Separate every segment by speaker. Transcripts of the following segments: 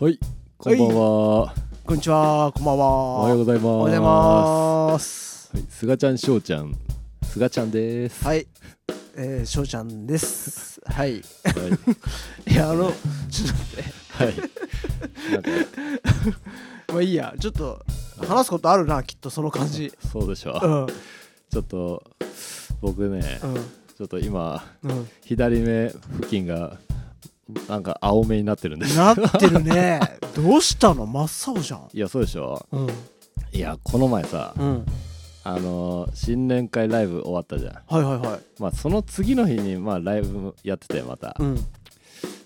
Speaker 1: はい、こんばんは。
Speaker 2: こんにちは、こんばんは。
Speaker 1: おはようございます。
Speaker 2: おはようございます。
Speaker 1: はい、すがちゃん、しょうちゃん、すがちゃんです。
Speaker 2: はい、えー、しょうちゃんです。はい。い
Speaker 1: はい、
Speaker 2: や、あの、ちょっと待って、
Speaker 1: はい、なんか、
Speaker 2: まあいいや、ちょっと話すことあるな、きっとその感じ。
Speaker 1: そうでしょ
Speaker 2: う
Speaker 1: う。
Speaker 2: ん、うん、
Speaker 1: ちょっと、僕ね、ちょっと今、
Speaker 2: うん。
Speaker 1: 左目付近が。なんか青目になってるんです。
Speaker 2: なってるね。どうしたの真っ青じゃん。
Speaker 1: いや、そうでしょ
Speaker 2: うん、
Speaker 1: いや、この前さ、
Speaker 2: うん。
Speaker 1: あのー新年会ライブ終わったじゃん。
Speaker 2: はいはいはい。
Speaker 1: まあ、その次の日に、まあ、ライブやってて、また
Speaker 2: う。ん、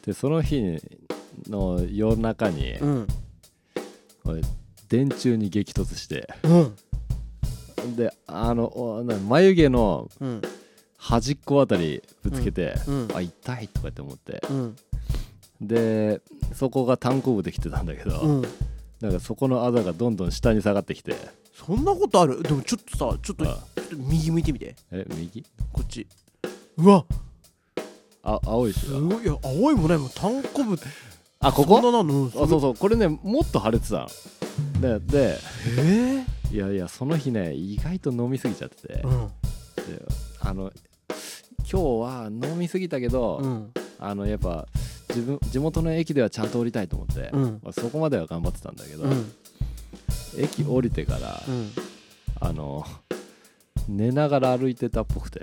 Speaker 1: で、その日の夜中に。
Speaker 2: うん、
Speaker 1: 俺電柱に激突して
Speaker 2: うん、
Speaker 1: であのおな眉毛の
Speaker 2: うん、
Speaker 1: 端っこあたりぶつけて、
Speaker 2: うん
Speaker 1: あ痛いとかって思って
Speaker 2: うん、
Speaker 1: でそこが単行部できてたんだけど、
Speaker 2: うん。
Speaker 1: なんかそこのあざがどんどん下に下がってきて、
Speaker 2: そんなことあるでもちょっとさ、ちょっとちょ
Speaker 1: あ
Speaker 2: っと右向いてみて、
Speaker 1: え右
Speaker 2: こっち。うわ、
Speaker 1: あ青いっし
Speaker 2: す
Speaker 1: ょ
Speaker 2: ごい。いや、青いもないもん、単行部
Speaker 1: あこ
Speaker 2: こん
Speaker 1: こ
Speaker 2: ななの
Speaker 1: あそうそうこれねもっと腫れてたのでで
Speaker 2: え
Speaker 1: いやいやその日ね意外と飲みすぎちゃってて、
Speaker 2: えうん
Speaker 1: であの今日は飲みすぎたけど、
Speaker 2: うん
Speaker 1: あのやっぱ自分地元の駅ではちゃんと降りたいと思って、
Speaker 2: うん
Speaker 1: まあそこまでは頑張ってたんだけど、
Speaker 2: うん
Speaker 1: 駅降りてから、
Speaker 2: うん
Speaker 1: あの寝ながら歩いてたっぽくて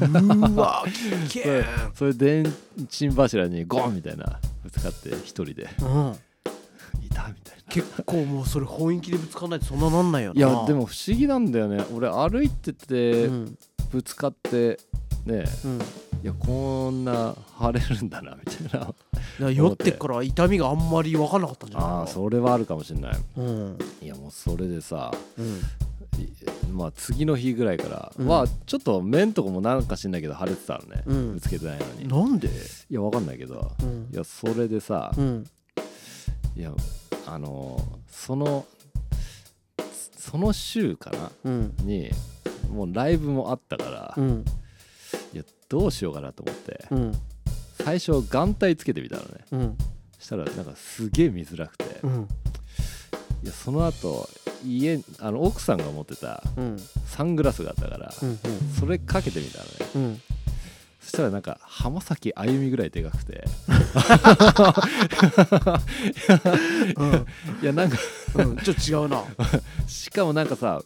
Speaker 2: うわ危
Speaker 1: そ
Speaker 2: 険
Speaker 1: れそれ電信柱にゴンみたいなぶつかって一人で
Speaker 2: うん
Speaker 1: いたみたいな。
Speaker 2: 結構もうそれ本域でぶつかんないとそんななんないよ
Speaker 1: い
Speaker 2: ない
Speaker 1: やでも不思議なんだよね俺歩いて
Speaker 2: う
Speaker 1: て
Speaker 2: ん
Speaker 1: ぶつかってね
Speaker 2: うんだか
Speaker 1: いやこんな腫れるんだなみたいな
Speaker 2: ら酔ってっから痛みがあんまり分かんなかったんじゃない
Speaker 1: ああそれはあるかもしれない
Speaker 2: うん
Speaker 1: いやもうそれでさ
Speaker 2: うん
Speaker 1: いまあ次の日ぐらいから
Speaker 2: うん
Speaker 1: はちょっと面とかもなんか知んないけど腫れてたのね、
Speaker 2: うん
Speaker 1: ぶつけてないのに
Speaker 2: なんで
Speaker 1: いやわかんないけど、
Speaker 2: うん
Speaker 1: いやそれでさ、
Speaker 2: うん
Speaker 1: いやあのーそのその週かな
Speaker 2: うん
Speaker 1: にもうライブもあったから、
Speaker 2: うん
Speaker 1: いやどうしようかなと思って、
Speaker 2: うん
Speaker 1: 最初眼帯つけてみたのね
Speaker 2: うん
Speaker 1: したらなんかすげえ見づらくて、
Speaker 2: うん
Speaker 1: いやその後家あの奥さんが持ってた
Speaker 2: うん
Speaker 1: サングラスがあったから、
Speaker 2: うん
Speaker 1: それかけてみたのね
Speaker 2: うん
Speaker 1: そしたらなんか浜崎あゆみぐらいでかくていやなんか
Speaker 2: うんちょっと違う な
Speaker 1: しかもなんかさ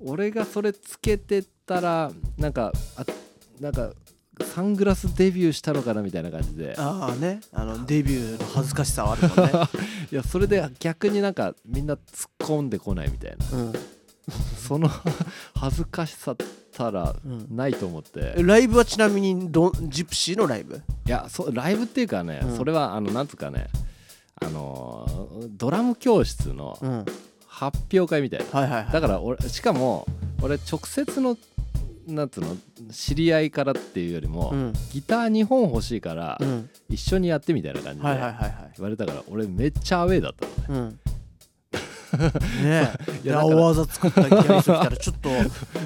Speaker 1: 俺がそれつけてたらなんかあなんかサングラスデビューしたのかなみたいな感じで
Speaker 2: ああねあのデビューの恥ずかしさはあるもんね
Speaker 1: いやそれで逆になんかみんな突っ込んでこないみたいな
Speaker 2: うん
Speaker 1: その 恥ずかしさったら
Speaker 2: うん
Speaker 1: ないと思って、
Speaker 2: え
Speaker 1: い
Speaker 2: ライブはちなみにどんジプシーのライブ
Speaker 1: やそライブっていうかね、
Speaker 2: うん
Speaker 1: それはあのなんつうかねあのードラム教室の
Speaker 2: うんはい
Speaker 1: 発表会みたいな
Speaker 2: はいはい
Speaker 1: だから俺しかも俺直接のなんつうの知り合いからっていうよりも、
Speaker 2: うん
Speaker 1: ギター2本欲しいから、
Speaker 2: うん
Speaker 1: 一緒にやってみたいな感じで
Speaker 2: はいはいはい
Speaker 1: 言
Speaker 2: はい
Speaker 1: われたから俺めっちゃアウェーだったのね
Speaker 2: うん ね
Speaker 1: い
Speaker 2: え
Speaker 1: やだから
Speaker 2: 青技作ったギャル人来たらちょっと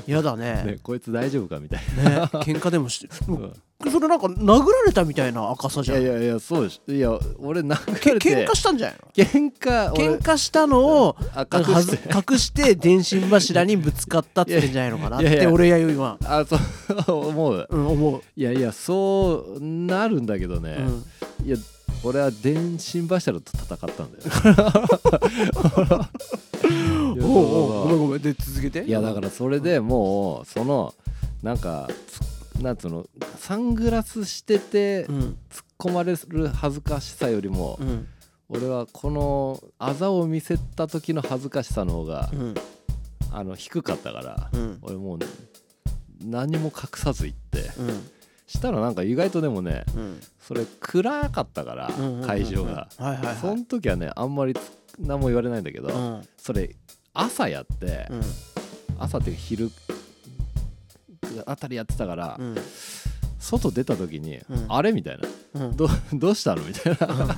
Speaker 2: 嫌だ
Speaker 1: ね
Speaker 2: ね
Speaker 1: こいつ大丈夫かみたい
Speaker 2: ね喧嘩でもして で
Speaker 1: な、
Speaker 2: もそれなんか殴られたみたいな赤さ
Speaker 1: い
Speaker 2: じゃ
Speaker 1: や
Speaker 2: ん
Speaker 1: いやいやそうでしょいや俺殴
Speaker 2: け
Speaker 1: られて
Speaker 2: 喧嘩したんじゃない
Speaker 1: 喧嘩
Speaker 2: の
Speaker 1: 俺
Speaker 2: 喧嘩したのを
Speaker 1: あ
Speaker 2: なんか
Speaker 1: 隠
Speaker 2: は
Speaker 1: し
Speaker 2: ず
Speaker 1: て
Speaker 2: 隠して電信柱にぶつかったってんじゃないのかなっ
Speaker 1: いやいや
Speaker 2: て俺やよ今
Speaker 1: あそう思う
Speaker 2: うん思う
Speaker 1: いやいやそうなるんだけどね
Speaker 2: う、ん
Speaker 1: いや俺は電信柱と戦ったんだよ いや
Speaker 2: おうおうごめんごめんで続けて
Speaker 1: いやだからそれでもうそのなんかつなんつうのサングラスしてて
Speaker 2: うん
Speaker 1: 突っ込まれる恥ずかしさよりも
Speaker 2: うん
Speaker 1: 俺はこのあざを見せた時の恥ずかしさの方が
Speaker 2: うん
Speaker 1: あの低かったから
Speaker 2: うん
Speaker 1: 俺もう何も隠さず行って
Speaker 2: うん
Speaker 1: したらなんか意外とでもね
Speaker 2: うん
Speaker 1: それ暗かったから
Speaker 2: うんうんうんうん
Speaker 1: 会場が
Speaker 2: はいはいはい
Speaker 1: その時はねあんまりつ何も言われないんだけど
Speaker 2: うん
Speaker 1: それ朝やって
Speaker 2: うん
Speaker 1: 朝っていうか昼あたりやってたから、
Speaker 2: うん
Speaker 1: 外出た時に、
Speaker 2: うん
Speaker 1: あれみたいな
Speaker 2: うん
Speaker 1: どどうしたのみたいな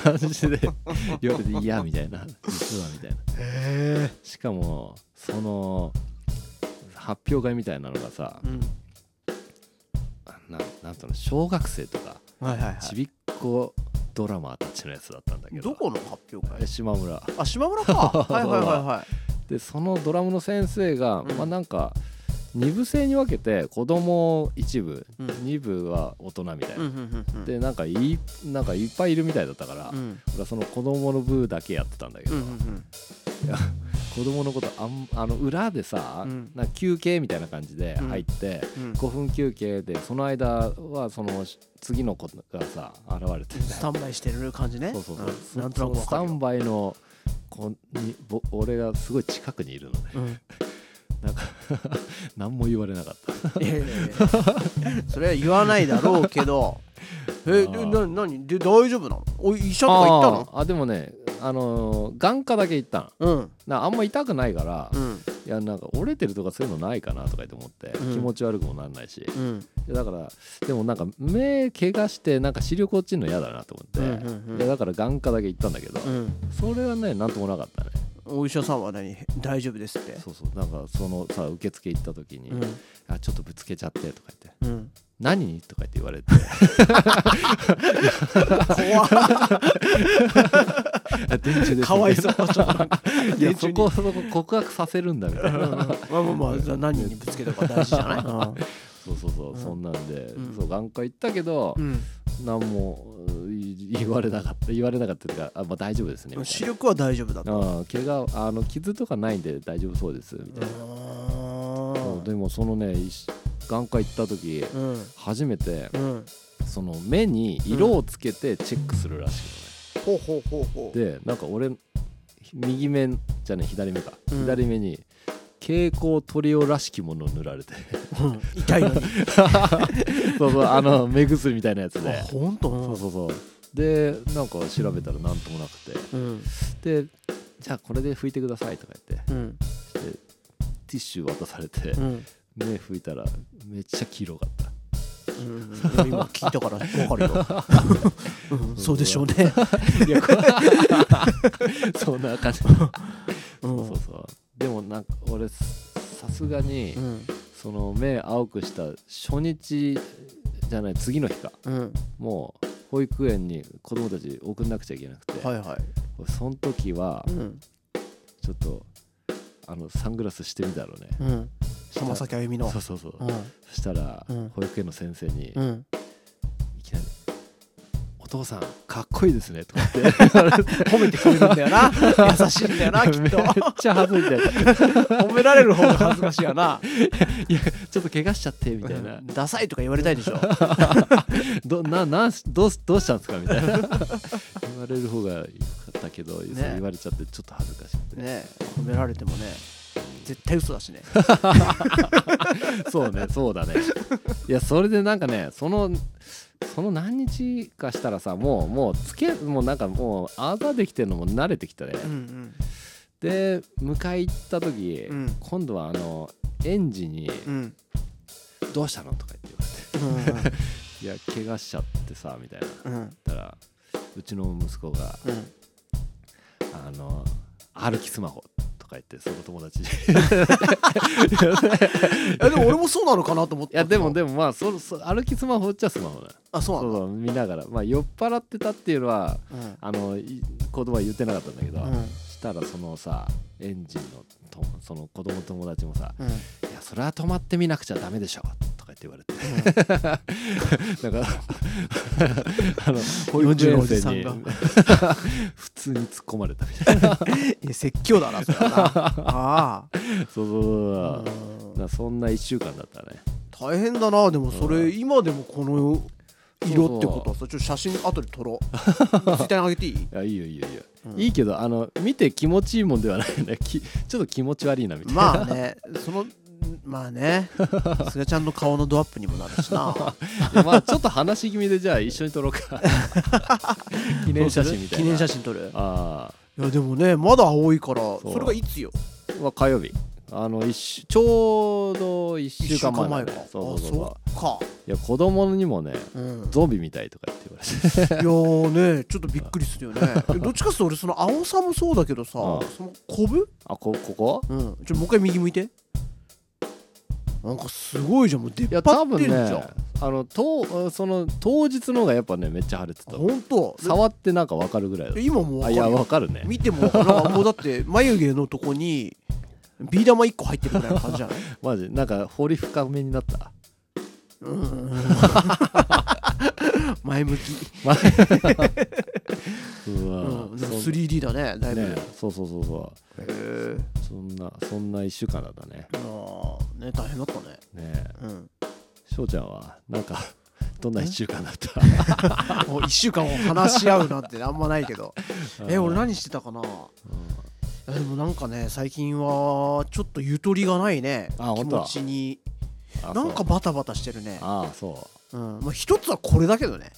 Speaker 1: 感じで言われていやみたいな実はみたいな
Speaker 2: へ
Speaker 1: しかもその発表会みたいなのがさ
Speaker 2: えうん
Speaker 1: ななんとの小学生とか
Speaker 2: はいはいはい
Speaker 1: ちびっ子ドラマーたちのやつだったんだけど
Speaker 2: どこの発表
Speaker 1: え
Speaker 2: 会
Speaker 1: 島村
Speaker 2: あ島村 かはいはいはいはい
Speaker 1: でそのドラムの先生が、
Speaker 2: うん
Speaker 1: まあなんか2部制に分けて子供一部、
Speaker 2: うん
Speaker 1: 二2部は大人みたい
Speaker 2: うん
Speaker 1: な、
Speaker 2: うんうんうん
Speaker 1: でなんかいなんかいっぱいいるみたいだったから、
Speaker 2: うん
Speaker 1: 俺はその子供の部だけやってたんだけ
Speaker 2: う
Speaker 1: ど、
Speaker 2: んうん
Speaker 1: 子供のことあんあの裏でさ、
Speaker 2: うん
Speaker 1: なんか休憩みたいな感じで入って、
Speaker 2: うんうん
Speaker 1: 5分休憩でその間はその次の子がさ現れて
Speaker 2: スタンバイしてる感じね
Speaker 1: そうそうそう、
Speaker 2: んなんとなくわ
Speaker 1: ス
Speaker 2: か
Speaker 1: タ
Speaker 2: る
Speaker 1: ンバイの子にぼ俺がすごい近くにいるの ね
Speaker 2: うん
Speaker 1: なんか何も言われなかった
Speaker 2: いやいやいやそれは言わないだろうけ どえで
Speaker 1: あー
Speaker 2: な何で大丈夫なのお医者とか行ったの
Speaker 1: あーあでもねあのー眼科だけ行ったの
Speaker 2: うん
Speaker 1: なあんま痛くないから、
Speaker 2: う
Speaker 1: い
Speaker 2: ん
Speaker 1: やなんか折れてるとかそういうのないかなとか言って思って、
Speaker 2: うん
Speaker 1: 気持ち悪くもなんないし
Speaker 2: うん
Speaker 1: いやだからでもなんか目怪我してなんか視力落ちるの嫌だなと思って、
Speaker 2: うんうんうん
Speaker 1: いやだから眼科だけ行ったんだけど、
Speaker 2: うん
Speaker 1: それはねなんともなかったね
Speaker 2: お医者さんは何大丈夫ですって
Speaker 1: そうそうなんかそのさ受付行った時に、
Speaker 2: うん
Speaker 1: あちょっとぶつけちゃってとか言って
Speaker 2: うん
Speaker 1: 何にとか言って言われて
Speaker 2: 怖っ
Speaker 1: あ電柱です
Speaker 2: かわい そうちょっとなんか
Speaker 1: いやそこそこ 告白させるんだみたい
Speaker 2: うんま
Speaker 1: な
Speaker 2: あまあまあじゃあ何にぶつけたか大事じゃない
Speaker 1: そうそうそう、
Speaker 2: うん
Speaker 1: そんなんで、
Speaker 2: うん
Speaker 1: そう眼科行ったけど、
Speaker 2: うん
Speaker 1: 何もうんい言われなかった言われなかったというかあ、まあ、大丈夫ですねみた
Speaker 2: 視
Speaker 1: いな
Speaker 2: 力は大丈夫だと
Speaker 1: あ怪我あの傷とかないんで大丈夫そうですみたいなそうでもそのねいし眼科行った時
Speaker 2: うん
Speaker 1: 初めて
Speaker 2: うん
Speaker 1: その目に色をつけてチェックするらし
Speaker 2: ほうほうほうほ
Speaker 1: く、
Speaker 2: う
Speaker 1: ねでなんか俺右目じゃね左目か、
Speaker 2: うん
Speaker 1: 左目に蛍光塗料らしきものを塗られ て
Speaker 2: うん痛いのに
Speaker 1: そうそうあの目薬みたいなやつで
Speaker 2: あほんと
Speaker 1: そうそうそうでなんか調べたらなんともなく
Speaker 2: うん
Speaker 1: てでじゃあこれで拭いてくださいとか言って
Speaker 2: うん
Speaker 1: でティッシュ渡されて
Speaker 2: うん
Speaker 1: 目拭いたらめっちゃ黄色かった
Speaker 2: うんうん今聞いたから分かるよ、うん、そうでしょうね、
Speaker 1: いやこそんな感じ
Speaker 2: うん、
Speaker 1: そうそうそうでもなんか俺さすがに
Speaker 2: うん
Speaker 1: その目青くした初日じゃない次の日か
Speaker 2: うん
Speaker 1: もう保育園に子供たち送んなくちゃいけなくて、
Speaker 2: はいはい、
Speaker 1: 俺その時は
Speaker 2: うん
Speaker 1: ちょっとあのサングラスしてみたろうね
Speaker 2: うん、浜崎あゆみの
Speaker 1: そうそうそう、
Speaker 2: う
Speaker 1: そしたら
Speaker 2: うん
Speaker 1: 保育園の先生に
Speaker 2: んうん、
Speaker 1: いきなり「お父さんかっこいいですね」とか言って
Speaker 2: 褒めてくれるんだよな優しいんだよなき
Speaker 1: め
Speaker 2: っ
Speaker 1: っ
Speaker 2: と
Speaker 1: ちゃ 恥ずいて
Speaker 2: 褒められる方が恥ずかしいやな
Speaker 1: 「いやちょっと怪我しちゃって」みたいな
Speaker 2: ダサいとか言われたい でしょ
Speaker 1: どななんすどうすどうしたんですかみた いな言われる方がよかったけど、そう言われちゃってちょっと恥ずかしくて、
Speaker 2: ね褒められてもね絶対嘘だ しね
Speaker 1: そうねそう だねいやそれでなんかねそのその何日かしたらさもうもうつけもうなんかもうあざできてるのも慣れてきたね、
Speaker 2: ん
Speaker 1: で迎え行った時、
Speaker 2: うん
Speaker 1: 今度はあの園児に
Speaker 2: うんう
Speaker 1: 「
Speaker 2: ん
Speaker 1: どうしたの?」とか言って言われて「いや怪我しちゃってさ」みたいな
Speaker 2: うんうん
Speaker 1: 言ったらうちの息子が「
Speaker 2: うん
Speaker 1: あの歩きスマホとか言ってその友達にい
Speaker 2: えでも俺もそうなのかなと思って
Speaker 1: やでもでもまあそそ歩きスマホっちゃスマホだよ
Speaker 2: あそう
Speaker 1: そ
Speaker 2: な
Speaker 1: う
Speaker 2: んだ
Speaker 1: そう見ながらまあ酔っ払ってたっていうのは
Speaker 2: うん
Speaker 1: あのい言葉は言ってなかったんだけど、
Speaker 2: うん
Speaker 1: したらそのさエンジンのとその子供友達もさ「
Speaker 2: うん
Speaker 1: いやそれは止まってみなくちゃダメでしょ」とか言って言われて、 なんかあの保育
Speaker 2: 40のお
Speaker 1: 園
Speaker 2: じさ
Speaker 1: 生
Speaker 2: ん
Speaker 1: に
Speaker 2: が
Speaker 1: 普通に 突っ込まれたみたいな
Speaker 2: いや説教だなそれ はなああ
Speaker 1: そうそうそうそう
Speaker 2: うん
Speaker 1: なそんな1週間だったね
Speaker 2: 大変だなでもそれ今でもこの色ってこ
Speaker 1: そう
Speaker 2: とはさちょっと写真後で撮ろ うツイッターにあげていい
Speaker 1: いやいいよいいよいいよ、
Speaker 2: うん
Speaker 1: いいけどあの見て気持ちいいもんではないね きちょっと気持ち悪いなみたいな、
Speaker 2: まあね そのまあね菅ちゃんの顔のドアップにもなるしな
Speaker 1: まあ、ちょっと話し気味でじゃあ一緒に撮ろうか記念写真みたいな
Speaker 2: 記念写真撮る
Speaker 1: あ
Speaker 2: いやでもねまだ青いから
Speaker 1: そう
Speaker 2: それがいつよ
Speaker 1: あ、まあ、火曜日あの一週ちょうど1週間前なんだ
Speaker 2: か
Speaker 1: よ
Speaker 2: あ
Speaker 1: そうそうそうそ
Speaker 2: そっか
Speaker 1: ういや子供にもね
Speaker 2: うん
Speaker 1: ゾンビみたいとか言って言わ れて
Speaker 2: いやーねちょっとびっくりする よねどっちかっていうと俺その青さもそうだけどさ
Speaker 1: うん
Speaker 2: そのコブ
Speaker 1: あこここ
Speaker 2: うんちょもう一回右向いてなんかすごいじゃんもう出っ
Speaker 1: いや
Speaker 2: 張
Speaker 1: 多
Speaker 2: って
Speaker 1: 分
Speaker 2: るじゃ
Speaker 1: ね
Speaker 2: ん
Speaker 1: あの当その当日の方がやっぱねめっちゃ晴れてた
Speaker 2: 本当
Speaker 1: 触ってなんかわかるぐらいだっ
Speaker 2: 今もう
Speaker 1: たあ
Speaker 2: 分かる
Speaker 1: いやわ
Speaker 2: よ
Speaker 1: かるね
Speaker 2: 見てもなんかもう だって眉毛のとこにビー玉1個入ってるぐらいの感じじ ゃない
Speaker 1: マジなんか掘り深めになった
Speaker 2: うん前向き、
Speaker 1: う
Speaker 2: う
Speaker 1: わ、
Speaker 2: ん、でも
Speaker 1: そん
Speaker 2: 3D だねだいぶ、
Speaker 1: ねそうそうそうそう
Speaker 2: へえ
Speaker 1: そんなそんな1週間だったね
Speaker 2: まあね大変だったね
Speaker 1: ねえ
Speaker 2: うん、
Speaker 1: 翔ちゃんはなんか どんな1週間だった
Speaker 2: もう1週間を話し合うなんてあんまないけ どえ俺
Speaker 1: うん
Speaker 2: 何してたかなあでもなんかね最近はちょっとゆとりがないね
Speaker 1: あ
Speaker 2: 気
Speaker 1: 本当
Speaker 2: 持ちに
Speaker 1: あ
Speaker 2: なん
Speaker 1: そ
Speaker 2: か
Speaker 1: う
Speaker 2: バタバタしてるね
Speaker 1: ああそう
Speaker 2: うんまあ、一つはこれだけ どね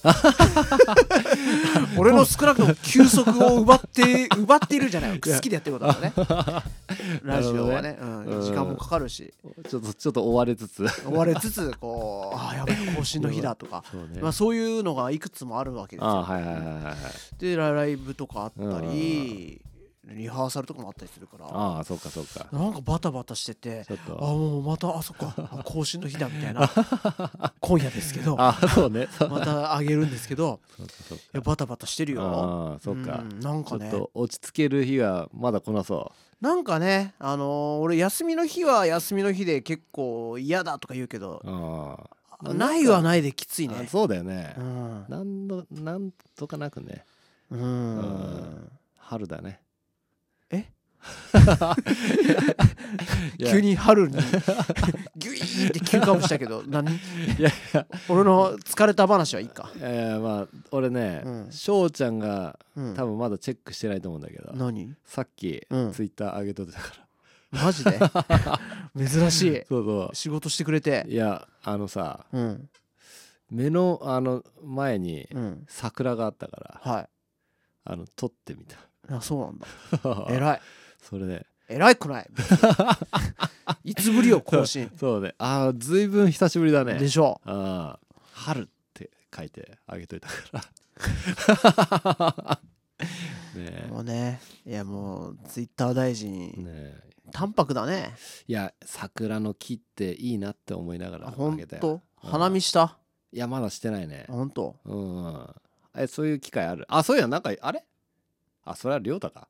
Speaker 2: 俺の少なくとも休息を奪って奪っているじゃない好きでやってることだ からねラジオはね
Speaker 1: どね
Speaker 2: うん、時間もかかるし
Speaker 1: ちょっとちょっと追われつつ
Speaker 2: 追われつつこうああやべえ更新の日だとか、
Speaker 1: そうね
Speaker 2: まあ、そういうのがいくつもあるわけ です
Speaker 1: あ
Speaker 2: よ
Speaker 1: あはいはいはいはいはい
Speaker 2: でラライブとかあったり、リハーサルとかもあったりするから
Speaker 1: ああそうかそうか
Speaker 2: なんかバタバタしてて
Speaker 1: ちょっ
Speaker 2: あ
Speaker 1: と
Speaker 2: もうまたあそっかあ更新の日だみた いな今夜ですけどま
Speaker 1: ああそう ねそう
Speaker 2: たあげるんですけど
Speaker 1: そうかそうか
Speaker 2: いやバタバタしてるよ。
Speaker 1: ああそうか
Speaker 2: んなん
Speaker 1: ちょ
Speaker 2: か
Speaker 1: っ
Speaker 2: ね
Speaker 1: と落ち着ける日はまだ来なそ
Speaker 2: なんかねあのー俺休みの日は休みの日で結構嫌だとか言うけど
Speaker 1: うああ
Speaker 2: ないはないできつい
Speaker 1: あ
Speaker 2: ね。
Speaker 1: そうだよね
Speaker 2: うん
Speaker 1: なんのなんとかなくね
Speaker 2: うん
Speaker 1: 春だね
Speaker 2: え
Speaker 1: いや
Speaker 2: 急に 春にギュイーンって急カーブしたけど何
Speaker 1: いやいや
Speaker 2: 俺の疲れた話はいいか。
Speaker 1: えー、まあ俺ね
Speaker 2: うん
Speaker 1: 翔、ちゃんが
Speaker 2: うん
Speaker 1: 多分まだチェックしてないと思うんだけど、
Speaker 2: 何
Speaker 1: さっき、
Speaker 2: うん
Speaker 1: ツイッター上げとってたから
Speaker 2: マ ジで珍しい
Speaker 1: そうそ
Speaker 2: 仕事してくれて
Speaker 1: う。いやあのさ
Speaker 2: うん
Speaker 1: 目のあの前に
Speaker 2: うん
Speaker 1: 桜があったから、
Speaker 2: はい。
Speaker 1: あの撮ってみた
Speaker 2: あそうなんだ。えらい。
Speaker 1: それで
Speaker 2: えらい くない。いつぶりよ更新。
Speaker 1: そうねああずいぶん久しぶりだね
Speaker 2: でしょ
Speaker 1: ああ春って書いてあげといたから ねえ
Speaker 2: もうねいやもうツイッター大臣
Speaker 1: ねえ
Speaker 2: 淡白だね
Speaker 1: いや桜の木っていいなって思いながら
Speaker 2: あ
Speaker 1: あ
Speaker 2: 本
Speaker 1: げたよ
Speaker 2: 当花見した
Speaker 1: いやまだしてないね
Speaker 2: 本当
Speaker 1: うんうんえそういう機会あるあそういやなんかあれあそれは亮太か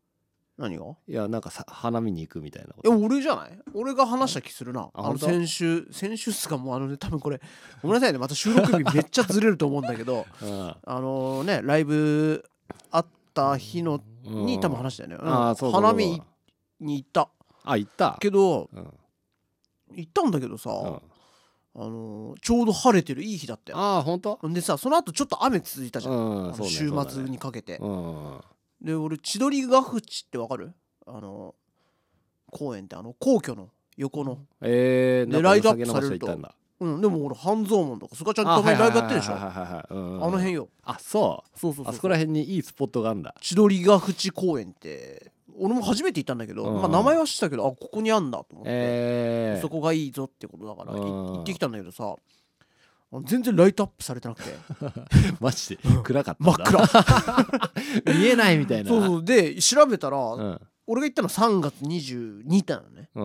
Speaker 2: 何が
Speaker 1: いやなんかさ花見に行くみたいなこ
Speaker 2: え
Speaker 1: と
Speaker 2: 俺じゃない俺が話した気するなあの
Speaker 1: 本当
Speaker 2: 先週先週っすかもうあのね多分これごめんなさいねまた収録日めっちゃずれると思うんだけ ど
Speaker 1: うん
Speaker 2: あのねライブあった日の
Speaker 1: うん
Speaker 2: に多分話したよね、うん
Speaker 1: ああそうそうそう
Speaker 2: 花見に行った
Speaker 1: あ行った
Speaker 2: けど
Speaker 1: うんうん
Speaker 2: 行ったんだけどさ、
Speaker 1: あ
Speaker 2: あのちょうど晴れてるいい日だったよ
Speaker 1: あ本当
Speaker 2: んでさその後ちょっと雨続いたじゃん、
Speaker 1: う
Speaker 2: あ
Speaker 1: ん
Speaker 2: の
Speaker 1: そうね
Speaker 2: 週
Speaker 1: そうだね
Speaker 2: 末にかけて、
Speaker 1: うん
Speaker 2: で俺千鳥ヶ淵ってわかるあの公園ってあの皇居の横の
Speaker 1: えー
Speaker 2: で
Speaker 1: なんか
Speaker 2: ライトアップ
Speaker 1: お酒飲まして行ったんだ
Speaker 2: うんでも俺半蔵門とかすがちゃんとたまにライブやってるでしょ
Speaker 1: あ
Speaker 2: あ
Speaker 1: の
Speaker 2: の辺よ
Speaker 1: あそう
Speaker 2: そうそうそう
Speaker 1: あそこら辺にいいスポットがあるんだ
Speaker 2: 千鳥ヶ淵公園って俺も初めて行ったんだけど、
Speaker 1: うん
Speaker 2: まあ、名前は知ってたけどあここにあんだと思って、
Speaker 1: えー
Speaker 2: そこがいいぞってことだから、い
Speaker 1: うん
Speaker 2: 行ってきたんだけどさあ全然ライトアップされてなくて
Speaker 1: マジで暗かったん
Speaker 2: 真っ
Speaker 1: だ
Speaker 2: 暗そ
Speaker 1: 見えないみたいな
Speaker 2: うそうで調べたら、
Speaker 1: うん
Speaker 2: 俺が行ったの3月22日なのね
Speaker 1: う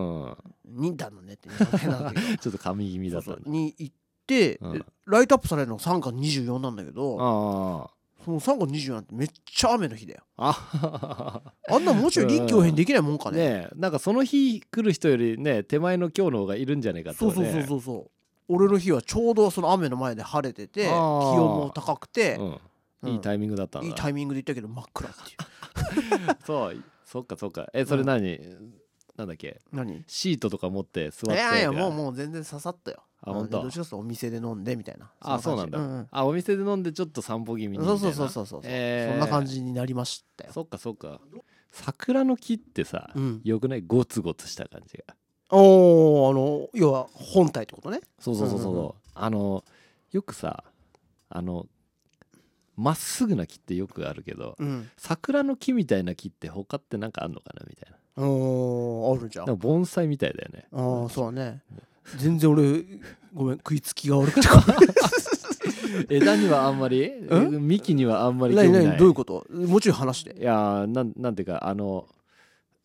Speaker 1: ん
Speaker 2: 2だのね って変なんだけど
Speaker 1: ちょっと髪気味だったん
Speaker 2: そう
Speaker 1: だ
Speaker 2: そうに行って、
Speaker 1: うん
Speaker 2: でライトアップされるのが3月24なんだけど
Speaker 1: あ
Speaker 2: その3月24ってめっちゃ雨の日だよ
Speaker 1: ああ
Speaker 2: あんなもちろん臨機応変できないもんかね,、
Speaker 1: ねえなんかその日来る人よりね手前の今日の方がいるんじゃないかって
Speaker 2: そう
Speaker 1: ね
Speaker 2: そうそうそうそう俺の日はちょうどその雨の前で晴れてて気
Speaker 1: あー
Speaker 2: 温も高くて、
Speaker 1: うんいいタイミングだったんだ
Speaker 2: いいタイミングで行ったけど真っ暗っていう
Speaker 1: そうそっかそっかえそれ何、なんだっけ
Speaker 2: 何
Speaker 1: シートとか持って座
Speaker 2: い
Speaker 1: って
Speaker 2: やいや
Speaker 1: とか
Speaker 2: もうもう全然刺さったよ
Speaker 1: あ本
Speaker 2: うん
Speaker 1: 当
Speaker 2: どっちかっていうとお店で飲んでみたいな
Speaker 1: あそう
Speaker 2: 感
Speaker 1: な
Speaker 2: じ
Speaker 1: んだ、
Speaker 2: うん
Speaker 1: あお店で飲んでちょっと散歩気味にみ
Speaker 2: うん
Speaker 1: たい
Speaker 2: そう
Speaker 1: な
Speaker 2: そうそうそうそう、
Speaker 1: えー
Speaker 2: そんな感じになりましたよ
Speaker 1: そっかそっか桜の木ってさ、
Speaker 2: うん
Speaker 1: よくないゴツゴツした感じが
Speaker 2: おおあの要は本体ってことね
Speaker 1: そうそうそうそう,、
Speaker 2: うんうんうん
Speaker 1: あのよくさあのまっすぐな木ってよくあるけど
Speaker 2: うん
Speaker 1: 桜の木みたいな木って他ってなんかあんのかなみたいな
Speaker 2: おーあるじゃん
Speaker 1: なんか盆栽みたいだよね
Speaker 2: ああそうだね 全然俺ごめん食いつきが 悪くてごめん
Speaker 1: 枝にはあんま り
Speaker 2: ん
Speaker 1: 幹にはあんまり興味
Speaker 2: 何
Speaker 1: ない
Speaker 2: 何どういうこともうちょい話して
Speaker 1: いやーなんなんていうかあの、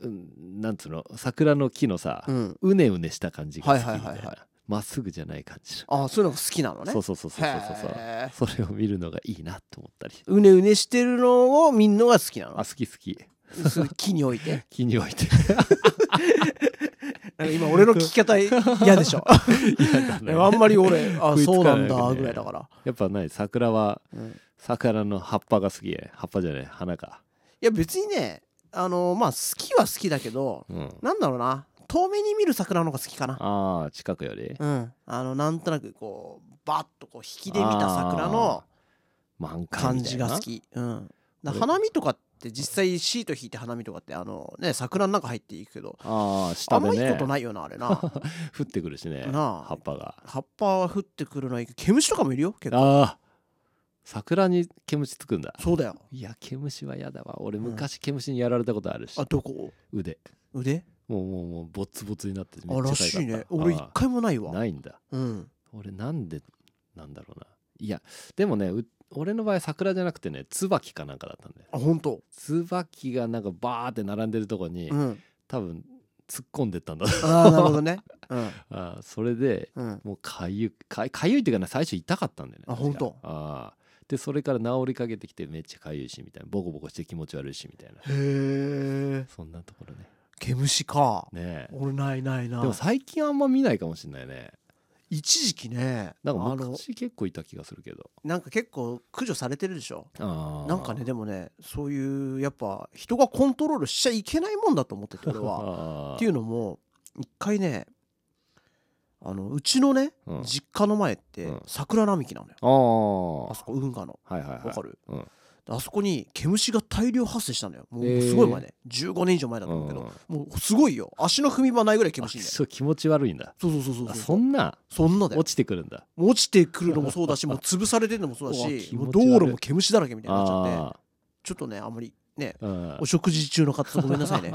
Speaker 1: うん、なんつうの桜の木のさ、
Speaker 2: うん
Speaker 1: うねうねした感じが好きみたいな、
Speaker 2: はいはいはいは
Speaker 1: まっすぐじゃない感じ
Speaker 2: ああそういうのが好きなのね
Speaker 1: そうそうそうそうそうそう
Speaker 2: へ
Speaker 1: そうそれを見るのがいいなと思ったり
Speaker 2: ーうねうねしてるのを見んのが好きな
Speaker 1: あ好
Speaker 2: の
Speaker 1: き好き
Speaker 2: そう木において
Speaker 1: 気において
Speaker 2: なんか今俺の聞き方嫌でし ょ
Speaker 1: 嫌だね
Speaker 2: あんまり 俺あ
Speaker 1: 食いつかない
Speaker 2: そうなん
Speaker 1: よ
Speaker 2: だ
Speaker 1: ね
Speaker 2: ぐらいだから
Speaker 1: やっぱない桜は
Speaker 2: うん
Speaker 1: 桜の葉っぱが好きや葉っぱじゃない花か
Speaker 2: いや別にねあのまあ好きは好きだけど
Speaker 1: うん
Speaker 2: なんだろうな遠目に見る桜の方が好きかな
Speaker 1: ああ近くより
Speaker 2: うんあのなんとなくこうバッとこう引きで見た桜の
Speaker 1: 満開
Speaker 2: 感
Speaker 1: みた
Speaker 2: じ
Speaker 1: いな
Speaker 2: が好き、うん、だ
Speaker 1: 俺
Speaker 2: 花見とかって実際シート引いて花見とかってあのね桜の中入っていくけど、
Speaker 1: ああ下
Speaker 2: あん
Speaker 1: で
Speaker 2: まいい
Speaker 1: ね
Speaker 2: ことないよなあれな
Speaker 1: 降ってくるし ね
Speaker 2: なあ
Speaker 1: 葉っぱが
Speaker 2: 葉っぱは降ってくるのはいいけど毛虫とかもいるよ結構
Speaker 1: ああ桜に毛虫つくんだ
Speaker 2: そうだよ
Speaker 1: いや毛虫は嫌だわ俺
Speaker 2: ん
Speaker 1: 昔毛虫にやられたことあるし、
Speaker 2: あどこ
Speaker 1: 腕
Speaker 2: 腕
Speaker 1: もうもうもうボツボツになってめ
Speaker 2: あ
Speaker 1: っちゃ
Speaker 2: ら
Speaker 1: 痛
Speaker 2: しいね
Speaker 1: かった
Speaker 2: 俺一
Speaker 1: あ
Speaker 2: 回もない
Speaker 1: あ
Speaker 2: わ
Speaker 1: ないんだ
Speaker 2: うん
Speaker 1: 俺なんでなんだろうないやでもねう俺の場合桜じゃなくてね椿かなんかだったんだよ
Speaker 2: あ本当
Speaker 1: 椿がなんかバーって並んでるとこに、
Speaker 2: うん
Speaker 1: 多分突っ込んでったんだ
Speaker 2: ああなるほどねうん
Speaker 1: ああそれで
Speaker 2: うん
Speaker 1: もうかゆかかゆいっていうかね最初痛かったんだよね
Speaker 2: あ
Speaker 1: 確か
Speaker 2: ほんと
Speaker 1: ああでそれから治りかけてきてめっちゃかゆいしみたいなボコボコして気持ち悪いしみたいな
Speaker 2: へえ
Speaker 1: そんなところね
Speaker 2: 毛虫か
Speaker 1: ねえ
Speaker 2: 俺ないないな
Speaker 1: でも最近あんま見ないかもしれないね
Speaker 2: 一時期ね
Speaker 1: なんか
Speaker 2: あの
Speaker 1: 昔結構いた気がするけど
Speaker 2: なんか結構駆除されてるでしょ
Speaker 1: ああ
Speaker 2: なんかねでもねそういうやっぱ人がコントロールしちゃいけないもんだと思ってて俺 は。
Speaker 1: は
Speaker 2: っていうのも一回ねあのうちのね、
Speaker 1: うん
Speaker 2: 実家の前って
Speaker 1: うん
Speaker 2: 桜並木なのよ、
Speaker 1: ああ
Speaker 2: あそこ運河の
Speaker 1: はいはいはい
Speaker 2: わかる、
Speaker 1: うん
Speaker 2: であそこに毛虫が大量発生したのよもう
Speaker 1: へー
Speaker 2: すごい前ね15年以上前だと思うけど、もうすごいよ足の踏み場ないぐらい毛
Speaker 1: うん、
Speaker 2: 虫いんだよ
Speaker 1: そう気持ち悪いんだ
Speaker 2: そうそうそうそう
Speaker 1: あ
Speaker 2: そ
Speaker 1: そ
Speaker 2: うん
Speaker 1: な
Speaker 2: そんなだよ
Speaker 1: 落ちてくるんだ
Speaker 2: もう落ちてくるのもそうだしもう潰されてるのもそうだ
Speaker 1: うわ気持ち悪
Speaker 2: し
Speaker 1: い
Speaker 2: もう道路も毛虫だらけみたいになっちゃって
Speaker 1: あ
Speaker 2: ちょっとねあんまりね
Speaker 1: あうん
Speaker 2: お食事中の方ごめんなさい ね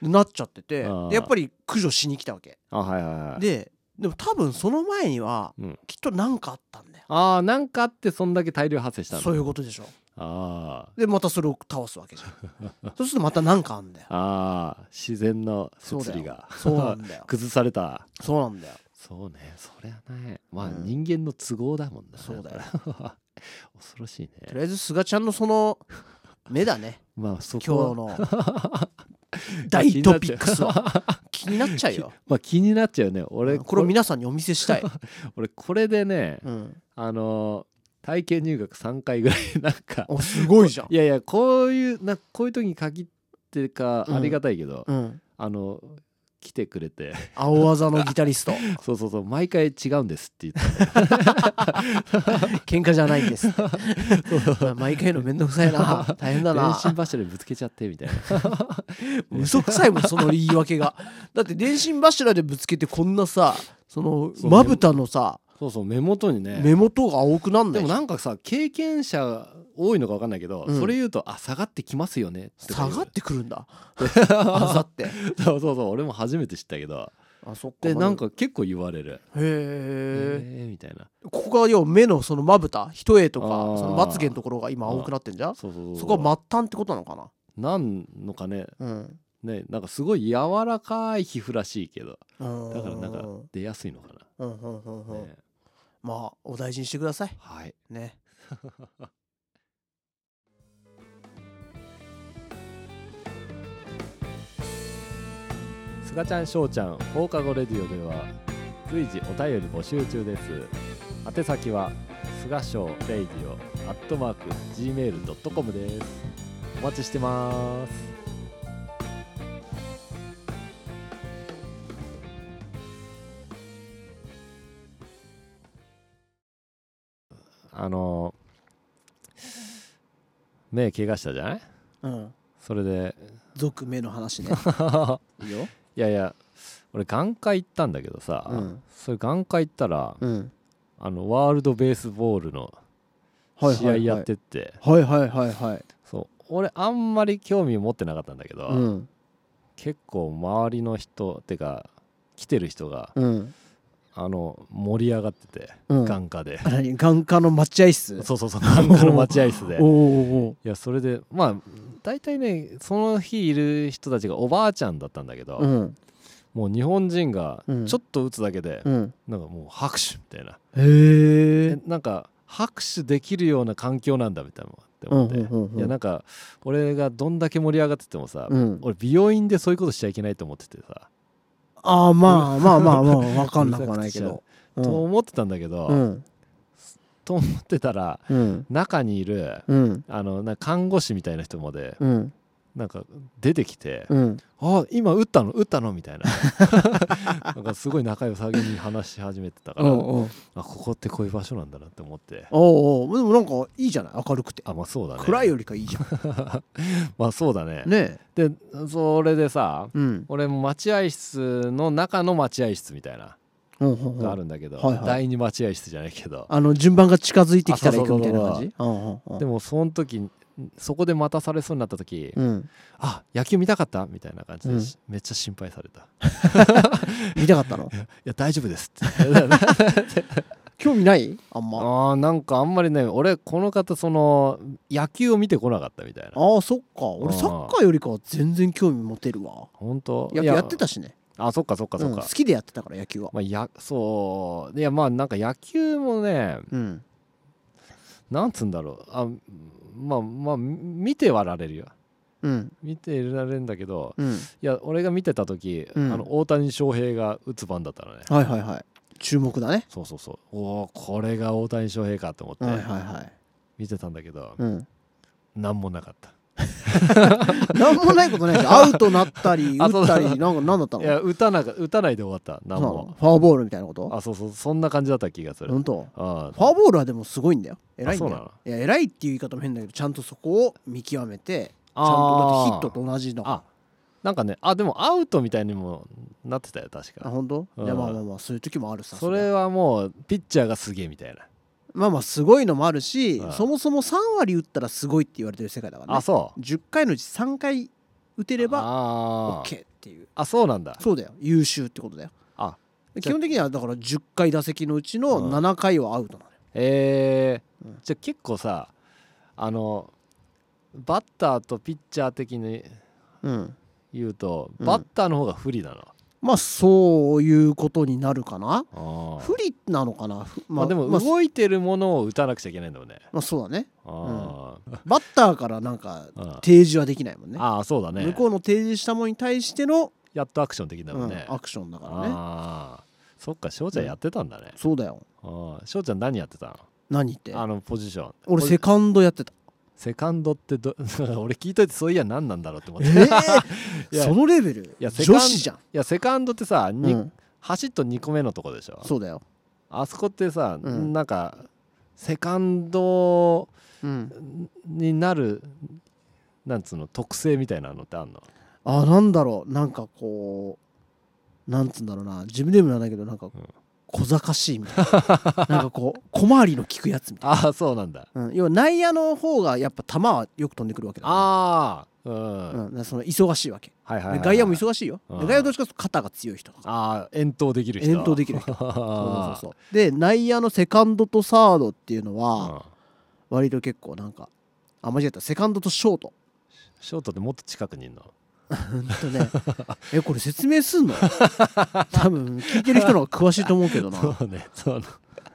Speaker 2: なっちゃってて
Speaker 1: あー
Speaker 2: でやっぱり駆除しに来たわけ
Speaker 1: あはいはいはい
Speaker 2: ででも多分その前には
Speaker 1: うん
Speaker 2: きっと何かあったんだよ
Speaker 1: ああなんかあってそんだけ大量発生したんだ
Speaker 2: そういうことでしょ
Speaker 1: あ
Speaker 2: でまたそれを倒すわけじ ゃんそうするとまた何かあんだよ
Speaker 1: あああ自然の
Speaker 2: そう
Speaker 1: 摂
Speaker 2: だ
Speaker 1: 理
Speaker 2: よ
Speaker 1: が
Speaker 2: そうなんだよ
Speaker 1: 崩された
Speaker 2: そうなんだよ
Speaker 1: そうねそりゃねまあ
Speaker 2: うん
Speaker 1: 人間の都合だもんな、
Speaker 2: そうだよ
Speaker 1: 恐ろしい
Speaker 2: と
Speaker 1: ね
Speaker 2: りあえず菅ちゃんのその目 だね
Speaker 1: まあそ
Speaker 2: 今日
Speaker 1: こは
Speaker 2: の大トピックスは気になっちゃうよ
Speaker 1: まあ気になっちゃうよね
Speaker 2: う
Speaker 1: 俺
Speaker 2: んこれを皆さんにお見せしたい
Speaker 1: 俺これでね、
Speaker 2: うん
Speaker 1: あのー体験入学3回ぐらいなんか
Speaker 2: おすごいじゃん
Speaker 1: いやいや こういうなこういう時に限ってか
Speaker 2: うん
Speaker 1: ありがたいけど、
Speaker 2: うん
Speaker 1: あの来てくれて
Speaker 2: 青技のギタ リスト
Speaker 1: そうそうそう毎回違うんですって言っ
Speaker 2: 喧嘩じゃないん です
Speaker 1: てそう
Speaker 2: まあ毎回のめんどくさいな 大変だ
Speaker 1: 電
Speaker 2: な
Speaker 1: 信柱にぶつけちゃってみたいな
Speaker 2: 嘘くさいもんその言い訳がだって電信柱でぶつけてこんなさその
Speaker 1: そう
Speaker 2: まぶたのさ
Speaker 1: そうそう目元にね
Speaker 2: 目元が青くなんな
Speaker 1: で
Speaker 2: い
Speaker 1: も
Speaker 2: じゃ
Speaker 1: なんんかさ経験者多いのか分かんないけど、
Speaker 2: うん
Speaker 1: それ言うとあ下がってきますよねとか
Speaker 2: 下
Speaker 1: 言う
Speaker 2: がってくるん だあ
Speaker 1: あ
Speaker 2: ざって
Speaker 1: そうそうそう俺も初めて知ったけど
Speaker 2: あそっか
Speaker 1: で
Speaker 2: まあ
Speaker 1: なんか結構言われる
Speaker 2: へえ
Speaker 1: えーみたいな
Speaker 2: ここが要は目のそのまぶた一重とか
Speaker 1: あー
Speaker 2: そのまつげのところが今青くなってんじゃん
Speaker 1: そうそうそう
Speaker 2: そこは末端ってことなのかな
Speaker 1: なんのかね
Speaker 2: うん
Speaker 1: ねなんかすごい柔らかい皮膚らしいけどだ
Speaker 2: だ
Speaker 1: からなんか出やすいのか
Speaker 2: うんうんうん
Speaker 1: な、
Speaker 2: うん
Speaker 1: ね、
Speaker 2: まあお大事にしてください
Speaker 1: はい
Speaker 2: ね
Speaker 1: すがちゃんしょうちゃん放課後レディオでは随時お便り募集中です宛先はすがしょうレディオアットマーク gmail.com ですお待ちしてますあの目怪我したじゃない
Speaker 2: うん
Speaker 1: それで
Speaker 2: 俗目の話ねいいよ
Speaker 1: いやいや俺眼科行ったんだけどさ、
Speaker 2: うん
Speaker 1: それ眼科行ったら、
Speaker 2: うん
Speaker 1: あのワールド・ベースボールの
Speaker 2: はい
Speaker 1: 試合やってって、
Speaker 2: はいはいはいはい。
Speaker 1: そう俺あんまり興味持ってなかったんだけど、
Speaker 2: うん
Speaker 1: 結構周りの人てか来てる人が、
Speaker 2: うん
Speaker 1: あの盛り上がってて、
Speaker 2: うん。
Speaker 1: 眼科で、
Speaker 2: 何眼科の待合室。
Speaker 1: そうそうそう眼科の待合室で
Speaker 2: お
Speaker 1: い
Speaker 2: お
Speaker 1: やそれでまあ大体ねその日いる人たちがおばあちゃんだったんだけど、
Speaker 2: おお。うん
Speaker 1: もう日本人が
Speaker 2: うん
Speaker 1: ちょっと打つだけで、
Speaker 2: うん、
Speaker 1: なんかもう拍手みたいな、
Speaker 2: へえ
Speaker 1: えなんか拍手できるような環境なんだみたいなのって思って、
Speaker 2: うんうんうんうん
Speaker 1: いやなんか俺がどんだけ盛り上がっててもさ、
Speaker 2: うん、
Speaker 1: 俺美容院でそういうことしちゃいけないと思っててさ、
Speaker 2: ああまあまあまあまあ分かんなくはないけど
Speaker 1: と思ってたんだけど、
Speaker 2: うん
Speaker 1: と思ってたら
Speaker 2: うん
Speaker 1: 中にいる
Speaker 2: うん
Speaker 1: あのなんか看護師みたいな人もで
Speaker 2: うん
Speaker 1: なんか出てきて
Speaker 2: うん
Speaker 1: 「あ今打ったの打ったの?」みたい ななんかすごい仲良さげに話し始めてたか
Speaker 2: う
Speaker 1: ら
Speaker 2: んうん
Speaker 1: あここってこういう場所なんだなって思って
Speaker 2: おうおうでもなんかいいじゃない明るくて、
Speaker 1: あまあそうだね
Speaker 2: 暗いよりかいいじゃん
Speaker 1: まあそうだね
Speaker 2: ね
Speaker 1: でそれでさ
Speaker 2: うん
Speaker 1: 俺も待合室の中の待合室みたいな
Speaker 2: ほうほうほう
Speaker 1: があるんだけど、
Speaker 2: はいはい
Speaker 1: 第二待合室じゃないけど
Speaker 2: あの順番が近づいてきたら行くみたいな感じ
Speaker 1: で
Speaker 2: でも
Speaker 1: もその時そこで待たされそうになった時、
Speaker 2: うん
Speaker 1: あ野球見たかったみたいな感じで、しめっちゃ心配された
Speaker 2: 見たかったの
Speaker 1: いや大丈夫ですって
Speaker 2: 興味ないあんまあ
Speaker 1: あーなんかあんまりね俺この方その野球を見てこなかったみたいな
Speaker 2: あそっか俺
Speaker 1: あー
Speaker 2: サッカーよりかは全然興味持てるわ
Speaker 1: 本当
Speaker 2: 野球やってたしね
Speaker 1: あそっかそっかそっ
Speaker 2: うん
Speaker 1: か
Speaker 2: 好、きでやってたから野球は
Speaker 1: まあ、やそういやまあなんか野球もね
Speaker 2: うん
Speaker 1: なんつうんだろうあまあまあみ見てはられるよ
Speaker 2: うん
Speaker 1: 見てられるんだけど
Speaker 2: うん
Speaker 1: いや俺が見てた時、
Speaker 2: うん
Speaker 1: あの大谷翔平が打つ番だったのね
Speaker 2: はいはいはい注目だね
Speaker 1: そうそうそうおおこれが大谷翔平かと思って
Speaker 2: はいはいはい
Speaker 1: 見てたんだけど、
Speaker 2: うん
Speaker 1: なんもなかった
Speaker 2: なんもないことな いしアウトなったり
Speaker 1: あそ
Speaker 2: 打
Speaker 1: う
Speaker 2: ったり
Speaker 1: そう
Speaker 2: なんか何だったの
Speaker 1: いや打たなか打たないで終わったなん
Speaker 2: そうなの
Speaker 1: も
Speaker 2: ファーボールみたいなこと
Speaker 1: あそうそうそんな感じだった気がする、
Speaker 2: 本当
Speaker 1: あ
Speaker 2: ファーボールはでもすごいんだよ偉いんだ
Speaker 1: あ
Speaker 2: よいや偉いっていう言い方も変だけどちゃんとそこを見極めてちゃんとだってヒットと同じの
Speaker 1: あなんかねあでもアウトみたいにもなってたよ確
Speaker 2: あ
Speaker 1: か
Speaker 2: 本当、
Speaker 1: うん
Speaker 2: いやまあまあまあそういう時もあるさ
Speaker 1: そ
Speaker 2: り
Speaker 1: れ
Speaker 2: ゃ
Speaker 1: はもうピッチャーがすげえみたいな
Speaker 2: まあまあすごいのもあるし、
Speaker 1: うん
Speaker 2: そもそも3割打ったらすごいって言われてる世界だから
Speaker 1: あ
Speaker 2: ね
Speaker 1: そう
Speaker 2: 10回のうち3回打てれば
Speaker 1: あー
Speaker 2: OK っていう
Speaker 1: あそうなんだ
Speaker 2: そうだよ優秀ってことだよ
Speaker 1: あ
Speaker 2: 基本的にはだから10回打席のうちの
Speaker 1: うん
Speaker 2: 7回はアウトなのよ、
Speaker 1: えー
Speaker 2: うん
Speaker 1: じゃあ結構さあのバッターとピッチャー的に
Speaker 2: うん、
Speaker 1: 言うと
Speaker 2: うん
Speaker 1: バッターの方が不利な
Speaker 2: まあそういうことになるかな
Speaker 1: の、
Speaker 2: 不利なのかなふ
Speaker 1: まあ、でも
Speaker 2: まあ
Speaker 1: 動いてるものを打たなくちゃいけないんだもんね
Speaker 2: まあそうだね
Speaker 1: あー、
Speaker 2: バッターからなんか
Speaker 1: あ
Speaker 2: 提示はできないもんね
Speaker 1: あーそうだね
Speaker 2: 向こうの提示したものに対しての、
Speaker 1: やっとアクションできたもんね、
Speaker 2: うんアクションだからね
Speaker 1: ああそっか翔ちゃんやってたんだね、
Speaker 2: そうだよ
Speaker 1: ああ翔ちゃん何やってたの
Speaker 2: 何言って
Speaker 1: あのポジションポ
Speaker 2: 俺
Speaker 1: ジ
Speaker 2: セカンドやってた
Speaker 1: セカンドってど 俺聞いといてそういや何なんだろうって思って、
Speaker 2: え
Speaker 1: い
Speaker 2: ー、
Speaker 1: いや
Speaker 2: そのレベル
Speaker 1: いや
Speaker 2: 女
Speaker 1: セカン
Speaker 2: 子じゃん、
Speaker 1: やセカンドってさ、
Speaker 2: う
Speaker 1: に
Speaker 2: ん、
Speaker 1: 走っと2個目のとこでしょ
Speaker 2: そうだよ、
Speaker 1: あそこってさ、
Speaker 2: うん
Speaker 1: なんかセカンド
Speaker 2: うん、
Speaker 1: になるなんつうの特性みたいなのってあんの
Speaker 2: あなんだろうなんかこうなんつうんだろうな自分でもなんだけどなんか
Speaker 1: ん
Speaker 2: 小賢しいみたいな なんかこう小回りの利くやつみたい
Speaker 1: ああそうなんだ
Speaker 2: な、うん、要は内野の方がやっぱ球はよく飛んでくるわけだから
Speaker 1: ああうん、
Speaker 2: うん、だからその忙しいわけ
Speaker 1: はいはいはい、
Speaker 2: で外野も忙しいよ、
Speaker 1: うん
Speaker 2: で外野はどっちかというと肩が強い人だから
Speaker 1: ああ遠投できる人
Speaker 2: 遠投できる人
Speaker 1: そう
Speaker 2: そうそうそうで内野のセカンドとサードっていうのは
Speaker 1: ん
Speaker 2: 割と結構なんかあ間違えたセカンドとショート
Speaker 1: ショートってもっと近くにいるの
Speaker 2: うんとねえこれ説明す んの多分聞いてる人の方が詳しいと思うけどなえ
Speaker 1: そうねそう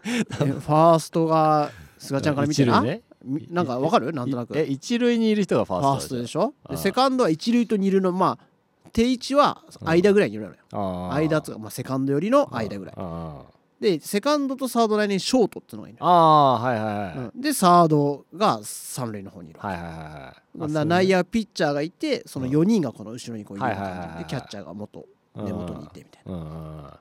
Speaker 2: ファーストが菅ちゃんから見て
Speaker 1: 一
Speaker 2: な、
Speaker 1: 塁ね
Speaker 2: みなんかわかるなんとなく
Speaker 1: いえ一塁にいる人がフ
Speaker 2: フ
Speaker 1: ァ
Speaker 2: ァ
Speaker 1: ー
Speaker 2: ー
Speaker 1: ス
Speaker 2: ス
Speaker 1: ト
Speaker 2: ト
Speaker 1: で
Speaker 2: で
Speaker 1: し
Speaker 2: しょ
Speaker 1: うん
Speaker 2: でセカンドは一塁と二塁のまあ定位置は間ぐらいにいるのよ
Speaker 1: ょ
Speaker 2: 間つうか、まあ、セカンドよりの間ぐらい
Speaker 1: あー
Speaker 2: でセカンドとサードラインにショートってのがいるのよ
Speaker 1: あーはいはいはい、
Speaker 2: うんでサードが三塁の方にいる、
Speaker 1: はいはいはいはい
Speaker 2: な内野はピッチャーがいてその4人がこの後ろにこういるような
Speaker 1: はいはいはいはい
Speaker 2: 感じでキャッチャーが元
Speaker 1: うん
Speaker 2: 根元にいてみたいなっ
Speaker 1: うんうんうん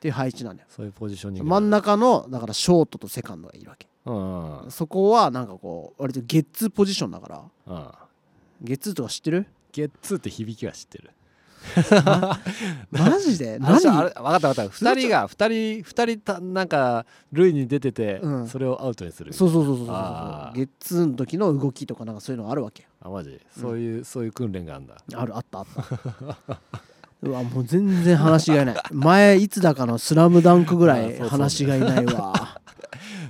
Speaker 2: ていう配置なんだよ
Speaker 1: そういうポジショニング
Speaker 2: 真ん中のだからショートとセカンドがいるわけ
Speaker 1: うんうん
Speaker 2: そこはなんかこう割とゲッツーポジションだから
Speaker 1: うん
Speaker 2: ゲッツーとか知っ てる
Speaker 1: ゲッツーって響きは知ってる
Speaker 2: マジで
Speaker 1: あそうあれ
Speaker 2: 何
Speaker 1: 分かった分かった
Speaker 2: それ
Speaker 1: 2人が2人二人たなんか塁に出てて、
Speaker 2: うん
Speaker 1: それをアウトにする
Speaker 2: そうそうそうそうそうそう
Speaker 1: あー
Speaker 2: ゲッツーの時の動きとかなんかそういうのがあるわけよ
Speaker 1: あマジそういう、そういう訓練があるんだ
Speaker 2: あるあったあった うわもう全然話がいない前いつだかの「スラムダンクぐら
Speaker 1: あーそう
Speaker 2: い
Speaker 1: そう
Speaker 2: 話がいないわ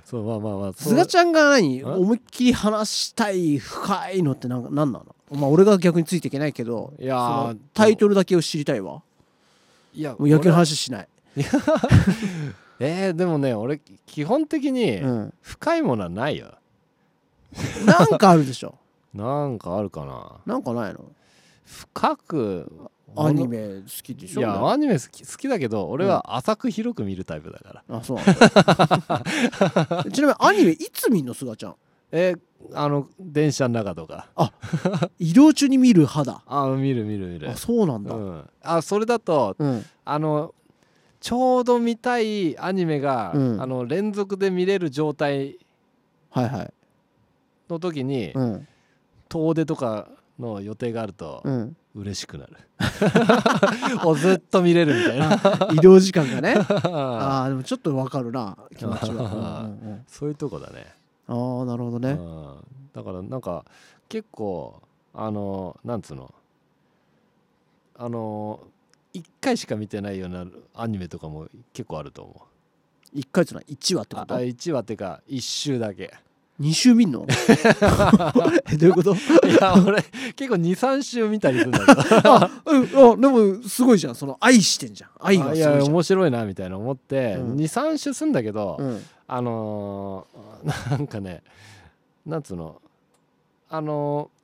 Speaker 1: そうまあまあまあ そう
Speaker 2: 菅ちゃんが何
Speaker 1: ん
Speaker 2: 思いっきり話したい深いのってなんか何なのまあ俺が逆についていけないけど
Speaker 1: いやー
Speaker 2: そのタイトルだけを知りたいわ
Speaker 1: いや
Speaker 2: もう野球の話しない、
Speaker 1: 俺はえー、でもね俺基本的に
Speaker 2: うん、
Speaker 1: 深いものはないよ、
Speaker 2: なんかあるでしょ
Speaker 1: なんかあるかな
Speaker 2: なんかないの
Speaker 1: 深く
Speaker 2: アニメ好きでし
Speaker 1: い
Speaker 2: ょ
Speaker 1: やアニメ好き好きだけど俺は浅く広く見るタイプだから、
Speaker 2: あそうなんだ ちなみにアニメいつ見んのすがちゃん
Speaker 1: えあの電車の中とか
Speaker 2: 移動中に見る肌
Speaker 1: あ見る見る見る
Speaker 2: あそうなんだ、
Speaker 1: うん、あそれだと
Speaker 2: うん、
Speaker 1: あのちょうど見たいアニメが、
Speaker 2: うん
Speaker 1: あの連続で見れる状態
Speaker 2: はいはい
Speaker 1: の時に、
Speaker 2: うん
Speaker 1: 遠出とかの予定があると
Speaker 2: うん
Speaker 1: 嬉しくなる、 おずっと見れるみたいな
Speaker 2: 移動時間がね
Speaker 1: あ
Speaker 2: あーでもちょっとわかるな気持ち は、うんうん
Speaker 1: そういうとこだね
Speaker 2: うん、ああなるほど
Speaker 1: う
Speaker 2: ね
Speaker 1: ん、だからなんか結構あのなんつうのあの1回しか見てないようなアニメとかも結構あると思う
Speaker 2: 一回つな1話って
Speaker 1: あ
Speaker 2: こ
Speaker 1: あ
Speaker 2: と
Speaker 1: 1話ってか1週だけ
Speaker 2: 二週見ん のえどういうこと
Speaker 1: いや俺結構23週見たりするんだ けど
Speaker 2: うんあでもすごいじゃんその愛してんじゃん愛がす
Speaker 1: あ
Speaker 2: ごい
Speaker 1: い
Speaker 2: じゃん
Speaker 1: や面白いなみたいな思って、
Speaker 2: うん
Speaker 1: 23週すんだけど、
Speaker 2: うん
Speaker 1: あのー なんかねなんつうのあのー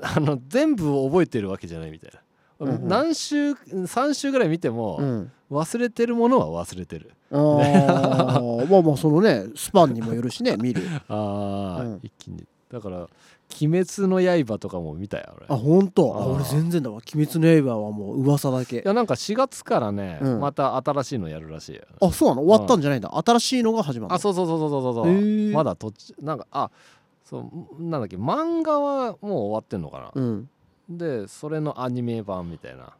Speaker 1: あの全部覚えてるわけじゃないみたいな。
Speaker 2: うんうん
Speaker 1: 何週3週ぐらい見ても、
Speaker 2: うん
Speaker 1: 忘れてるものは忘れてる
Speaker 2: あ ーまあまあそのねスパンにもよるしね見る
Speaker 1: あー、
Speaker 2: うん
Speaker 1: 一気にだから「鬼滅の刃」とかも見たよ俺
Speaker 2: あ
Speaker 1: い
Speaker 2: 本当あ
Speaker 1: あー
Speaker 2: 俺全然だわ「鬼滅の刃」はもう噂だけ
Speaker 1: やなんか4月からね、
Speaker 2: うん
Speaker 1: また新しいのやるらしいよ
Speaker 2: あそうなの終わったんじゃないんだ新しいのが始まるの
Speaker 1: あそうそうそうそうそうそう、
Speaker 2: へー
Speaker 1: まだ途中なんかあそうなんだっけ漫画はもう終わってんのかな、
Speaker 2: うん
Speaker 1: でそれのアニメ版みたいな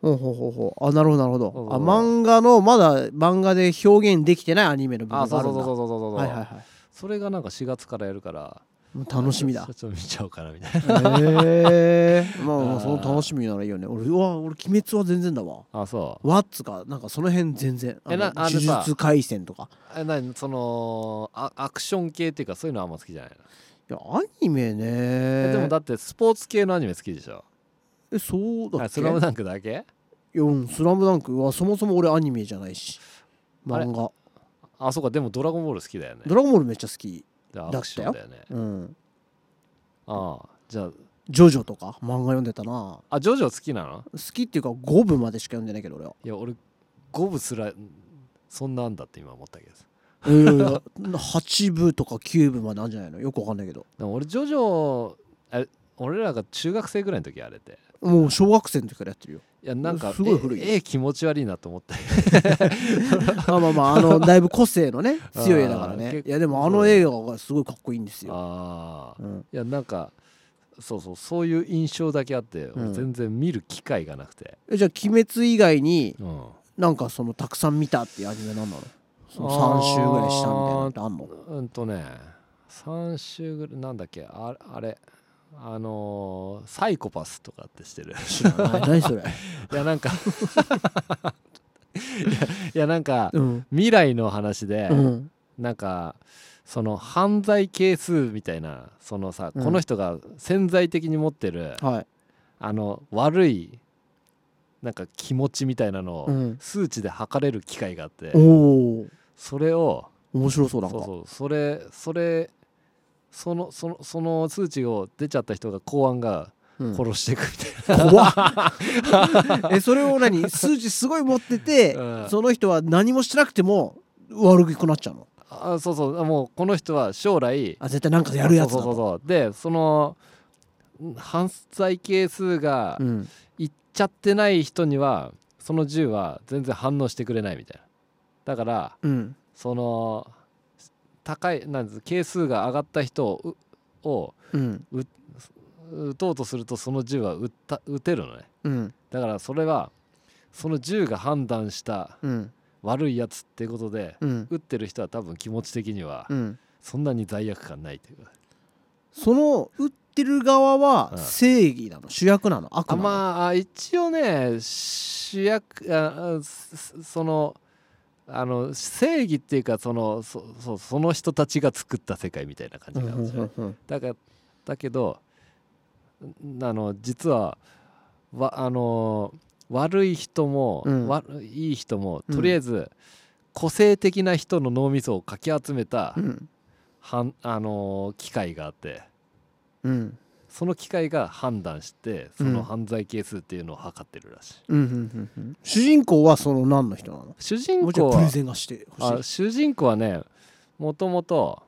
Speaker 2: ほうほうほうほうあなるほどなるほど
Speaker 1: そうそう
Speaker 2: あ漫画のまだ漫画で表現できてないアニメの部
Speaker 1: あ
Speaker 2: 分が
Speaker 1: そう
Speaker 2: あ
Speaker 1: そ
Speaker 2: る
Speaker 1: うんそうそうそうそうそう、
Speaker 2: だはいはいは
Speaker 1: それがなんか4月からやるから
Speaker 2: いもう楽しみだ
Speaker 1: ちょちょっと見ちゃおうかなみたいな
Speaker 2: へえまあま
Speaker 1: あー
Speaker 2: あその楽しみならいいよね俺うわ俺鬼滅は全然だわ
Speaker 1: あそう
Speaker 2: わっつかなんかその辺全然あ
Speaker 1: えな
Speaker 2: の
Speaker 1: あのさ
Speaker 2: 呪術廻戦とか
Speaker 1: えなにそのあアクション系っていうかそういうのあんま好きじゃないの
Speaker 2: いやアニメ
Speaker 1: え
Speaker 2: ね
Speaker 1: でもだってスポーツ系のアニメ好きでしょ
Speaker 2: えそうだ
Speaker 1: あ
Speaker 2: っ
Speaker 1: ス
Speaker 2: け
Speaker 1: ラムダンクだけ
Speaker 2: いやうんスラムダンクはそもそも俺アニメじゃないし
Speaker 1: あれ
Speaker 2: 漫画
Speaker 1: あそうかでもドラゴンボール好きだよね
Speaker 2: ドラゴンボールめっちゃ好き
Speaker 1: じゃあアクションだよね
Speaker 2: うん
Speaker 1: ああじゃあ
Speaker 2: ジョジョとか漫画読んでたな
Speaker 1: あジョジョ好きなの
Speaker 2: 好きっていうか5部までしか読んでないけど俺は
Speaker 1: いや俺五部すらそんなんだって今思ったけど
Speaker 2: いやいやいや8部 とか9部まであるんじゃないのよくわかんないけど
Speaker 1: でも俺ジョジョあ俺らが中学生ぐらいの時あれって
Speaker 2: もう小学生の時からやっ てるよ
Speaker 1: いやなんか
Speaker 2: すごい古いよ
Speaker 1: ええ気持ち悪いなと思った
Speaker 2: まあまあまああのだいぶ個性 のね強い絵だから
Speaker 1: あー
Speaker 2: ね
Speaker 1: 結構
Speaker 2: いやでもあの映画がすごいかっこいいんですよ、
Speaker 1: ああ
Speaker 2: うん、
Speaker 1: いやなんかそうそうそういう印象だけあって、
Speaker 2: ん
Speaker 1: 俺全然見る機会がなくて、
Speaker 2: えじゃあ「鬼滅」以外に
Speaker 1: うん、
Speaker 2: なんかそのたくさん見たっていうアニメなんなのその3週ぐらいしたみたいなのってあんの
Speaker 1: うんとね3週ぐらいなんだっけああれあのーサイコパスとかってしてる
Speaker 2: 知らない何 それ、
Speaker 1: いやなんかいやいやなんか
Speaker 2: うん
Speaker 1: 未来の話で、
Speaker 2: うん、
Speaker 1: なんかその犯罪係数みたいなそのさ、
Speaker 2: うん
Speaker 1: この人が潜在的に持ってる
Speaker 2: はい、
Speaker 1: あの悪いなんか気持ちみたいなのを、
Speaker 2: うん、
Speaker 1: 数値で測れる機会があって
Speaker 2: おお
Speaker 1: それを
Speaker 2: 面白そうなんか
Speaker 1: そうそうそれそれそのそのその数値を出ちゃった人が公安が
Speaker 2: うん
Speaker 1: 殺していくみたい
Speaker 2: 怖っえそれを何数値すごい持ってて、
Speaker 1: うん
Speaker 2: その人は何もしなくても悪くなっちゃうの
Speaker 1: な、 あそうそうあもうこの人は将来
Speaker 2: あ絶対なんかやるやつだ
Speaker 1: そうそう
Speaker 2: と
Speaker 1: そうそうでそのん犯罪係数が
Speaker 2: うん
Speaker 1: いっちゃってない人にはその銃は全然反応してくれないみたいなだから
Speaker 2: うん
Speaker 1: その高いなんです係数が上がった人をうを
Speaker 2: うん
Speaker 1: 撃とうとするとその銃は撃った撃てるのね
Speaker 2: うん
Speaker 1: だからそれはその銃が判断した
Speaker 2: うん
Speaker 1: 悪いやつってことで
Speaker 2: うん
Speaker 1: 撃ってる人は多分気持ち的には
Speaker 2: うん
Speaker 1: そんなに罪悪感ないというか
Speaker 2: その売ってる側
Speaker 1: う
Speaker 2: は
Speaker 1: ん
Speaker 2: 正義なの主役なの悪
Speaker 1: あ
Speaker 2: なの、
Speaker 1: まあ一応ね主役ああすそのあの正義っていうかそのそそうその人たちが作った世界みたいな感
Speaker 2: う
Speaker 1: じ
Speaker 2: ん
Speaker 1: なんですよね、
Speaker 2: うんうん
Speaker 1: だからだけどんあの実はわあの悪い人も、
Speaker 2: うん
Speaker 1: 悪いい人も
Speaker 2: うん
Speaker 1: とりあえず個性的な人の脳みそをかき集めた、
Speaker 2: うん
Speaker 1: はんあのー機械があって
Speaker 2: うん
Speaker 1: その機械が判断してそ
Speaker 2: うん
Speaker 1: の犯罪係数っていうのを測ってるらしい、
Speaker 2: うんうんうんうん主人公はその何の人なの
Speaker 1: 主人
Speaker 2: もちろ
Speaker 1: 公
Speaker 2: んプレ
Speaker 1: は
Speaker 2: ゼンがしてほし
Speaker 1: あ
Speaker 2: い
Speaker 1: 主人公はねもともと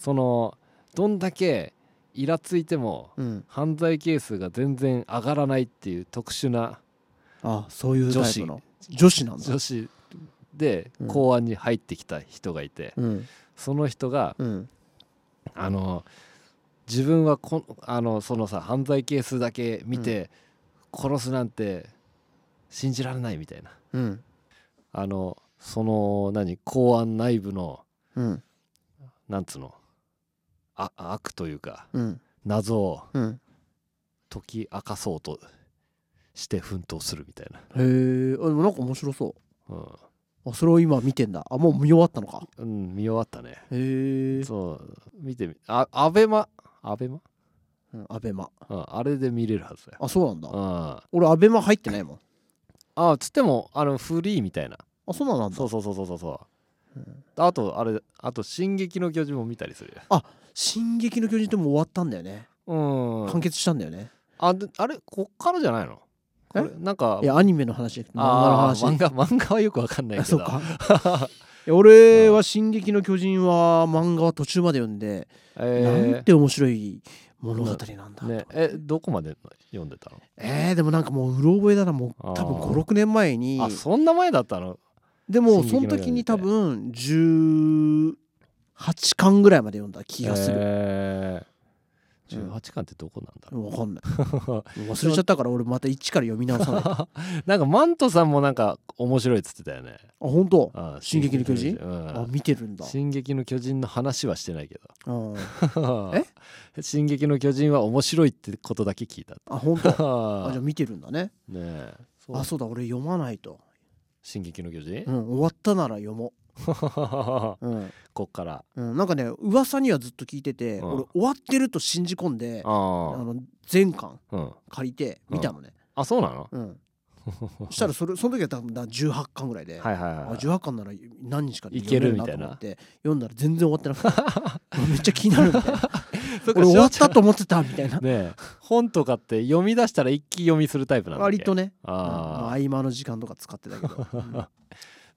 Speaker 1: そのどんだけイラついても
Speaker 2: うん、
Speaker 1: 犯罪係数が全然上がらないっていう特殊な
Speaker 2: あそういう
Speaker 1: 女
Speaker 2: タイ
Speaker 1: 子
Speaker 2: プの女子なんだ
Speaker 1: 女子で
Speaker 2: うん
Speaker 1: 公安に入ってきた人がいて、
Speaker 2: うん
Speaker 1: その人が
Speaker 2: うん
Speaker 1: あの自分はこあのそのさ犯罪係数だけ見て、殺すなんて信じられないみたいな
Speaker 2: うん
Speaker 1: あのその何公安内部の
Speaker 2: うん
Speaker 1: なんつうのあ悪というか
Speaker 2: うん
Speaker 1: 謎を
Speaker 2: うん
Speaker 1: 解き明かそうとして奮闘するみたいな、
Speaker 2: へえでもなんか面白そう
Speaker 1: うん
Speaker 2: あそれを今見てんだあもう見終わったのか
Speaker 1: うん、見終わったね
Speaker 2: へえ
Speaker 1: そう見てみあアベマアベマ、
Speaker 2: うんアベマ
Speaker 1: うん、あれで見れるはずだよ
Speaker 2: あそうなんだ
Speaker 1: あ
Speaker 2: 俺アベマ入ってないもん
Speaker 1: あつってもあのフリーみたいな
Speaker 2: あそうなんだ
Speaker 1: そうそうそうそうそうそう、
Speaker 2: うん
Speaker 1: あとあれあと「進撃の巨人」も見たりするよ
Speaker 2: 「進撃の巨人」ってもう終わったんだよね
Speaker 1: うん
Speaker 2: 完結したんだよね
Speaker 1: あであれこっからじゃないのこれ
Speaker 2: え
Speaker 1: なんか
Speaker 2: いやアニメの話じゃなくて漫画の
Speaker 1: あ
Speaker 2: 話
Speaker 1: ー漫画漫画はよくわかんない
Speaker 2: あ
Speaker 1: けど
Speaker 2: そうかいや俺は「進撃の巨人」は漫画は途中まで読んで、な
Speaker 1: え
Speaker 2: んて面白い物語なんだ
Speaker 1: ー
Speaker 2: と、
Speaker 1: ね、えどこまで読んでたの
Speaker 2: えーでもなんかもううろ覚えだなもう
Speaker 1: あー
Speaker 2: 多分56年前に
Speaker 1: あそんな前だったの
Speaker 2: でも
Speaker 1: 進撃の
Speaker 2: その
Speaker 1: 巨人
Speaker 2: 時に多分18巻ぐらいまで読んだ気がする、
Speaker 1: えー
Speaker 2: うん
Speaker 1: 18巻ってどこなんだろ
Speaker 2: わかんない
Speaker 1: う、
Speaker 2: 忘れちゃったから俺また一から読み 直さないあ
Speaker 1: なんかマントさんもなんか面白いっつってたよね
Speaker 2: 本当
Speaker 1: あー
Speaker 2: 進撃の巨人
Speaker 1: うん
Speaker 2: あ見てるんだ
Speaker 1: 進撃の巨人の話はしてないけ
Speaker 2: うん
Speaker 1: ど 進撃の巨人は面白いってことだけ聞いた
Speaker 2: あ 本当あじゃあ
Speaker 1: ね
Speaker 2: 見てるんだね
Speaker 1: えそう
Speaker 2: あそうだ俺読まないと、
Speaker 1: 進撃の巨人
Speaker 2: う ん、終わったなら読も
Speaker 1: こ
Speaker 2: う、うん
Speaker 1: っ から
Speaker 2: うん、なんかね噂にはずっと聞いてて、
Speaker 1: うん
Speaker 2: 俺終わってると信じ込んで
Speaker 1: あ
Speaker 2: あ
Speaker 1: ー
Speaker 2: の全巻
Speaker 1: うん
Speaker 2: 借りて見たのね、
Speaker 1: あそうなの
Speaker 2: うん、したらそれその時は多分だ18巻ぐらいで、
Speaker 1: はいはい
Speaker 2: あ
Speaker 1: はい
Speaker 2: 18巻なら何日かで
Speaker 1: いける
Speaker 2: 読め
Speaker 1: みたいな
Speaker 2: と思って読んだら全然終わってなく てめっちゃ気になるみたいな
Speaker 1: そっか
Speaker 2: 俺終わっ
Speaker 1: 翔ちゃ
Speaker 2: た
Speaker 1: ん
Speaker 2: と思ってたみたいな、
Speaker 1: ねえ本とかって読み出したら一気読みするタイプなんだっけ
Speaker 2: 割とねうんまあ
Speaker 1: あ
Speaker 2: 合間の時間とか使ってた けど、うん
Speaker 1: あ、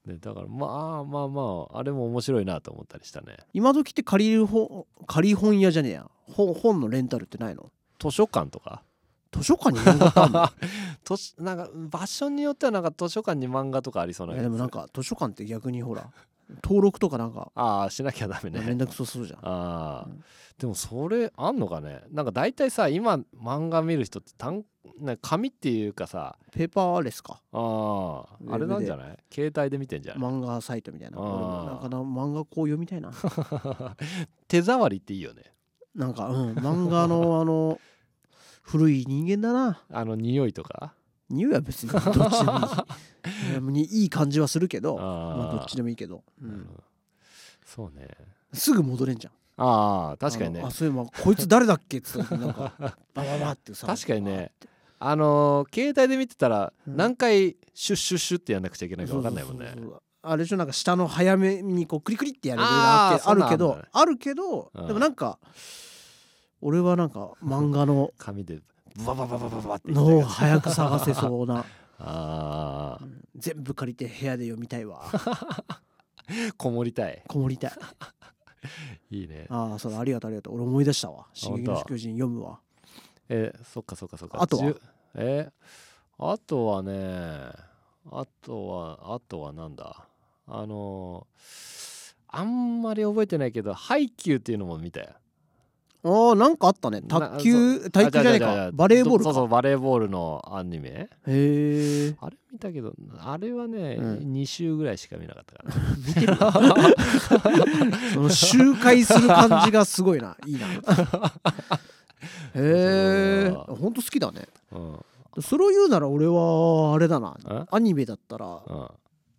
Speaker 1: ね、だからまあまあまああれも面白いなと思ったりしたね
Speaker 2: 今時って借りる本借り本屋じゃねえや本本のレンタルってないの
Speaker 1: 図書館とか
Speaker 2: 図書館に漫画ってあんの
Speaker 1: 図書なんか場所によってはなんか図書館に漫画とかありそうな
Speaker 2: え
Speaker 1: やつ
Speaker 2: でもなんか図書館って逆にほら登録とかなんか
Speaker 1: ああしなきゃダメ
Speaker 2: 連
Speaker 1: ね
Speaker 2: 絡そうするじゃん、
Speaker 1: ああ、
Speaker 2: うん
Speaker 1: でもそれあんのかねなんか大体さ今漫画見る人って単なんか紙っていうかさ
Speaker 2: ペーパーレスか
Speaker 1: あ
Speaker 2: ウェブ
Speaker 1: あ
Speaker 2: で
Speaker 1: あれなんじゃない携帯で見てんじゃない、
Speaker 2: 漫画サイトみたいな
Speaker 1: あー
Speaker 2: 俺もなんかな漫画こう読みたいな
Speaker 1: 手触りっていいよね
Speaker 2: なんかうん漫画のあの古い人間だな
Speaker 1: あの匂いとか
Speaker 2: 匂いは別にどっちでもいいいい感じはするけどま
Speaker 1: あ
Speaker 2: あ
Speaker 1: あ
Speaker 2: どっちでもいいけど、うん
Speaker 1: うんそうね
Speaker 2: すぐ戻れんじゃん
Speaker 1: ああ確かに
Speaker 2: あ
Speaker 1: ね
Speaker 2: のあそういえばこいつ誰だっけっつった時になんかバババってさ
Speaker 1: 確かにねあのー携帯で見てたら
Speaker 2: うん
Speaker 1: 何回シュッシュッシュッってやんなくちゃいけないか分かんないもんね
Speaker 2: そうそうそうそうあれでしょなんか下の早めにこうクリクリってやる
Speaker 1: あー
Speaker 2: ああるけ
Speaker 1: そ
Speaker 2: ど
Speaker 1: んなん
Speaker 2: あるけど、
Speaker 1: うん
Speaker 2: でもなんか俺はなんか漫画の
Speaker 1: 紙でババババババって言って
Speaker 2: のを早く探せそうな
Speaker 1: あ
Speaker 2: うん全部借りて部屋で読みたい わ
Speaker 1: あこもりたい
Speaker 2: こもりたい
Speaker 1: いいね
Speaker 2: ああそうだありがとうありがとう俺思い出したわ「進撃の巨人」読むわ
Speaker 1: えーそっかそっかそっか
Speaker 2: あとは
Speaker 1: じゅえーあとはねあとはあとはなんだあのーあんまり覚えてないけどハイキューっていうのも見たよ
Speaker 2: あーなんかあったね
Speaker 1: な
Speaker 2: 卓球体育じゃない
Speaker 1: あ違う違う違
Speaker 2: か
Speaker 1: う
Speaker 2: バレーボール
Speaker 1: そう
Speaker 2: か
Speaker 1: そうバレーボールのアニメ
Speaker 2: へえ
Speaker 1: あれ見たけどあれはね、
Speaker 2: う
Speaker 1: 2週ぐらいしか見なかったか
Speaker 2: 見てるわその周回する感じがすごい ないいなへえ
Speaker 1: そう
Speaker 2: ほんと好きだね
Speaker 1: ら、うん
Speaker 2: それを言うなら俺はあれだな
Speaker 1: え
Speaker 2: アニメだったら
Speaker 1: うん、あ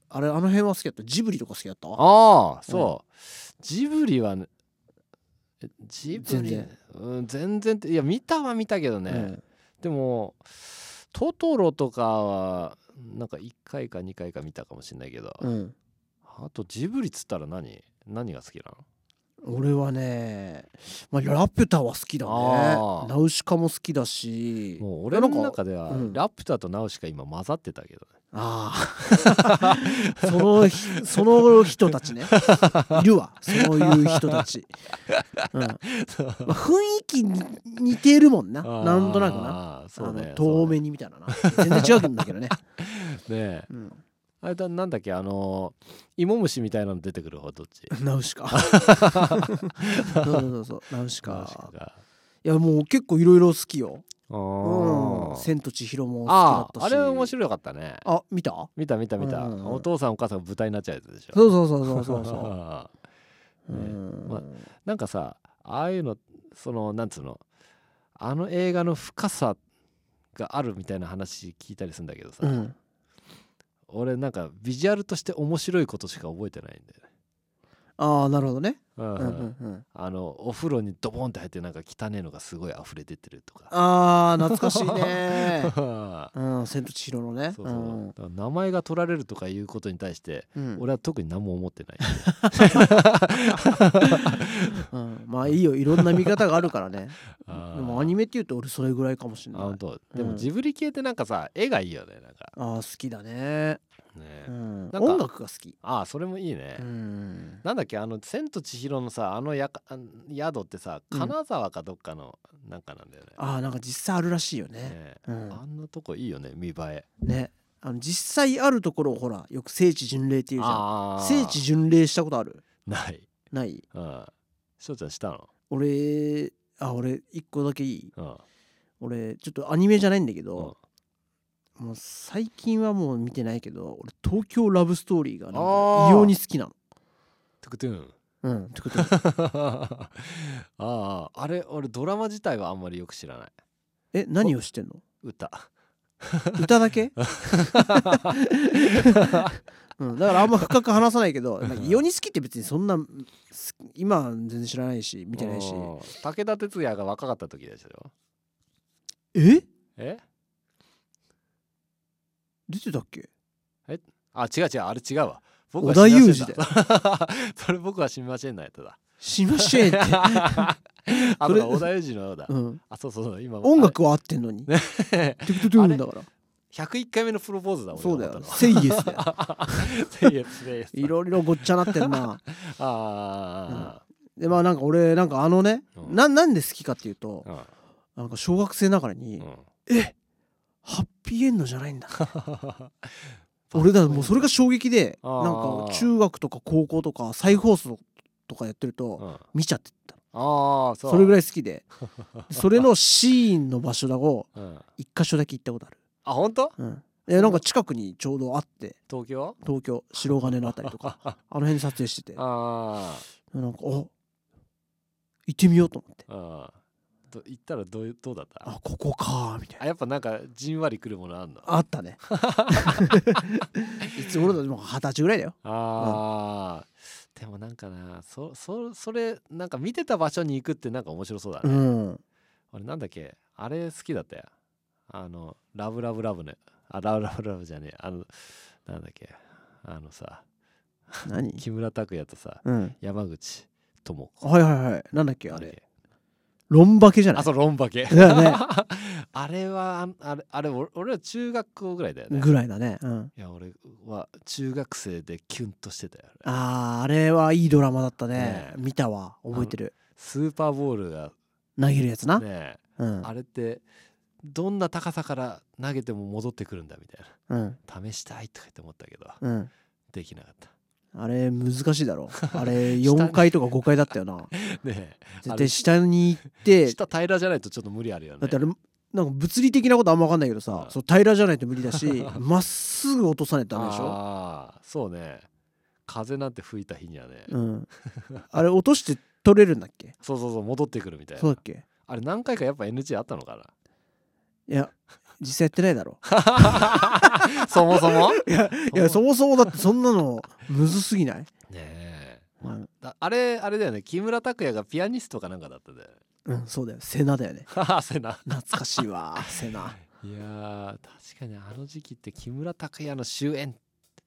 Speaker 2: あれあの辺は好きだったジブリとか好きだった
Speaker 1: あそう、ジブリはねえジブ
Speaker 2: 全
Speaker 1: リ
Speaker 2: 然
Speaker 1: うん、全然っていや見たは見たけどね、
Speaker 2: うん
Speaker 1: でもトトロとかはなんか1回か2回か見たかもしれないけど、
Speaker 2: うん、
Speaker 1: あとジブリっつったら何何が好きなの
Speaker 2: 俺はね、まあ、ラピュタは好きだ
Speaker 1: あー
Speaker 2: ねナウシカも好きだし
Speaker 1: もう俺の
Speaker 2: いやなん
Speaker 1: 中
Speaker 2: か
Speaker 1: では
Speaker 2: うん
Speaker 1: ラプターとナウシカ今混ざってたけどね
Speaker 2: あ あそのひその人たちねいるわそういう人たち、うんまあ、雰囲気に似てるもんななんとなくな
Speaker 1: あーそう
Speaker 2: あの
Speaker 1: ね
Speaker 2: 遠
Speaker 1: そうね
Speaker 2: 目にみたいなな全然違うんだけどね、
Speaker 1: ねえ
Speaker 2: うん、
Speaker 1: あれだなんだっけあのイモムシみたいなの出てくる方どっち
Speaker 2: ナウ シカそうそうそうナウシ
Speaker 1: ナウシカ
Speaker 2: カ
Speaker 1: が
Speaker 2: いやもう結構いろいろ好きよ
Speaker 1: あ
Speaker 2: うん
Speaker 1: ー
Speaker 2: 「千と千尋」も好きだ
Speaker 1: あ
Speaker 2: った
Speaker 1: ー
Speaker 2: し
Speaker 1: あれ面白かったね
Speaker 2: あ見た
Speaker 1: 見た見た見た、
Speaker 2: うんうんうん
Speaker 1: お父さんお母さんが豚になっちゃうやつでしょ
Speaker 2: そうそうそうそうそうそ う、
Speaker 1: ね
Speaker 2: うん
Speaker 1: まなんかさああいうのそのなんつうのあの映画の深さがあるみたいな話聞いたりするんだけどさ、
Speaker 2: うん
Speaker 1: 俺なんかビジュアルとして面白いことしか覚えてないんだよね
Speaker 2: ああなるほどね、
Speaker 1: うんうん、
Speaker 2: ううんんうん、
Speaker 1: あのお風呂にドボンって入ってなんか汚ねえのがすごい溢れ出てるとか
Speaker 2: あー懐かしい ね。
Speaker 1: そ
Speaker 2: うん、千と千尋のね。
Speaker 1: うそうだから名前が取られるとかいうことに対して
Speaker 2: うん、うん
Speaker 1: 俺は特に何も思ってない
Speaker 2: うんまあいいよ、いろんな見方があるから ね。で
Speaker 1: あー
Speaker 2: もアニメっていうと俺それぐらいかもしれ
Speaker 1: あ
Speaker 2: ない。
Speaker 1: 本当で
Speaker 2: う
Speaker 1: も
Speaker 2: ん
Speaker 1: ジブリ系ってなんかさ絵がいいよねなんか
Speaker 2: ああ好きだね。
Speaker 1: ね
Speaker 2: うん、
Speaker 1: か
Speaker 2: 音楽が好き。
Speaker 1: ああそれもいいね、
Speaker 2: うん。
Speaker 1: なんだっけあの「千と千尋」のさあのやかあの宿ってさ
Speaker 2: うん
Speaker 1: 金沢かどっかのなんかなんだよね、
Speaker 2: ああなんか実際あるらしいよね。
Speaker 1: ね
Speaker 2: う
Speaker 1: あん
Speaker 2: ん、
Speaker 1: なとこいいよね見栄え
Speaker 2: ね。あの実際あるところをほらよく聖地巡礼っていうじゃん。
Speaker 1: あー
Speaker 2: 聖地巡礼したことある
Speaker 1: ない
Speaker 2: ない
Speaker 1: うん翔ちゃんしたの
Speaker 2: 俺あ俺一個だけいい
Speaker 1: うん
Speaker 2: 俺ちょっとアニメじゃないんだけど、
Speaker 1: うん
Speaker 2: もう最近はもう見てないけど俺東京ラブストーリーがなんか
Speaker 1: あー
Speaker 2: 異様に好きなの。
Speaker 1: トゥクトゥ ーン
Speaker 2: うん、ってことで
Speaker 1: あああれ俺ドラマ自体はあんまりよく知らない
Speaker 2: え何をしてんの
Speaker 1: 歌
Speaker 2: 歌だけ、 うん、だからあんま深く話さないけどなんか異様に好きって別にそんなうんす今は全然知らないし見てないし
Speaker 1: うん武田鉄矢が若かった時でしょ
Speaker 2: え
Speaker 1: え
Speaker 2: 出てたっけ
Speaker 1: あ違う違うあれ違うわ僕
Speaker 2: 織田裕二だよ
Speaker 1: だ それ僕は知りませんのやつだ
Speaker 2: しましぇんって、
Speaker 1: あ
Speaker 2: そ
Speaker 1: それ
Speaker 2: れ
Speaker 1: 小田裕二のようだ、
Speaker 2: うん、
Speaker 1: あそうそうそう今
Speaker 2: 音楽は合ってん のにト
Speaker 1: あ
Speaker 2: ゥクトゥクトゥンだから
Speaker 1: 101回目のプロポーズだ俺
Speaker 2: そうだよ
Speaker 1: 思っ
Speaker 2: セイエスだ よ
Speaker 1: たの Say yes, say yes
Speaker 2: いろいろごっちゃなってんな
Speaker 1: あ
Speaker 2: でまあなんか俺なんかあのね、
Speaker 1: うん
Speaker 2: ななんで好きかっていうと
Speaker 1: ー、うん
Speaker 2: なんか小学生ながらに、
Speaker 1: うん、
Speaker 2: えハッピーエンドじゃないんだ俺だもうそれが衝撃で
Speaker 1: あ
Speaker 2: なん
Speaker 1: ー
Speaker 2: か中学とか高校とか再放送とかやってる
Speaker 1: う
Speaker 2: と
Speaker 1: ん、あ
Speaker 2: 見ちゃってた
Speaker 1: あそ
Speaker 2: そうれぐ
Speaker 1: らい、
Speaker 2: らい好 きでそれのシーンの場所だを
Speaker 1: うん、
Speaker 2: 一箇所だけ行ったことある
Speaker 1: あ本当
Speaker 2: うんいやなんか近くにちょうどあって
Speaker 1: 東京
Speaker 2: 東京白金のあたり とかあの辺撮影しててなんか
Speaker 1: あ
Speaker 2: あ行ってみようと思って
Speaker 1: あうんど行ったらどうどうだった
Speaker 2: あここかーみたいな
Speaker 1: あやっぱなんかじんわりくるものあんの
Speaker 2: あっ たねいつ頃だもう二十歳ぐらいだよ
Speaker 1: あー、でもなんかなそそそれなんか見てた場所に行くってなんか面白そうだね、
Speaker 2: うん
Speaker 1: 俺なんだっけあれ好きだったよあのラブラブラブねあラブラブラブじゃねえあのなんだっけあのさ
Speaker 2: 何
Speaker 1: 木村拓哉とさ
Speaker 2: うん
Speaker 1: 山口智子
Speaker 2: はいはいはいなんだっけ
Speaker 1: な
Speaker 2: あ
Speaker 1: んだっ
Speaker 2: れ
Speaker 1: け
Speaker 2: ロンバケじゃない
Speaker 1: あそうロンバケ
Speaker 2: だよね
Speaker 1: あれはあんあれあれ俺俺ら中学校ぐらいだよね
Speaker 2: ぐらいだね、うん、
Speaker 1: いや俺は中学生でキュンとしてたよあれ
Speaker 2: あーあれはいいドラマだったね
Speaker 1: ねえ
Speaker 2: 見たわ覚えてる
Speaker 1: スーパーボールが
Speaker 2: 投げるやつな、
Speaker 1: ね
Speaker 2: うん
Speaker 1: あれってどんな高さから投げても戻ってくるんだみたい
Speaker 2: うん
Speaker 1: な試したいとか言って思ったけど
Speaker 2: うん
Speaker 1: できなかった
Speaker 2: あれ難しいだ ろあれ4階とか5階だったよな
Speaker 1: ねえ
Speaker 2: 絶対下に行って
Speaker 1: 下平らじゃないとちょっと無理あるよね
Speaker 2: だってあれなんか物理的なことあんま分かんないけどさ、
Speaker 1: うん
Speaker 2: そう平らじゃないと無理だ しまっすぐ落とさないとダメでしょ
Speaker 1: あーそうね風なんて吹いた日にはね、
Speaker 2: うん、あれ落として取れるんだっけ
Speaker 1: そうそうそう戻ってくるみたい
Speaker 2: そう
Speaker 1: な
Speaker 2: だっけ
Speaker 1: あれ何回かやっぱ NG あったのか
Speaker 2: いや実際やってないだろ
Speaker 1: な そもそもね
Speaker 2: いや いやそもそもだってそんなのむずすぎない、
Speaker 1: え
Speaker 2: うん
Speaker 1: だあれあれだよね木村拓哉がピアニストかなんかだったんだよね
Speaker 2: うん、そうだよ。セナだよね。
Speaker 1: ははせな
Speaker 2: 懐かしいわ、セナ。
Speaker 1: いやー確かにあの時期って木村拓哉の主演っ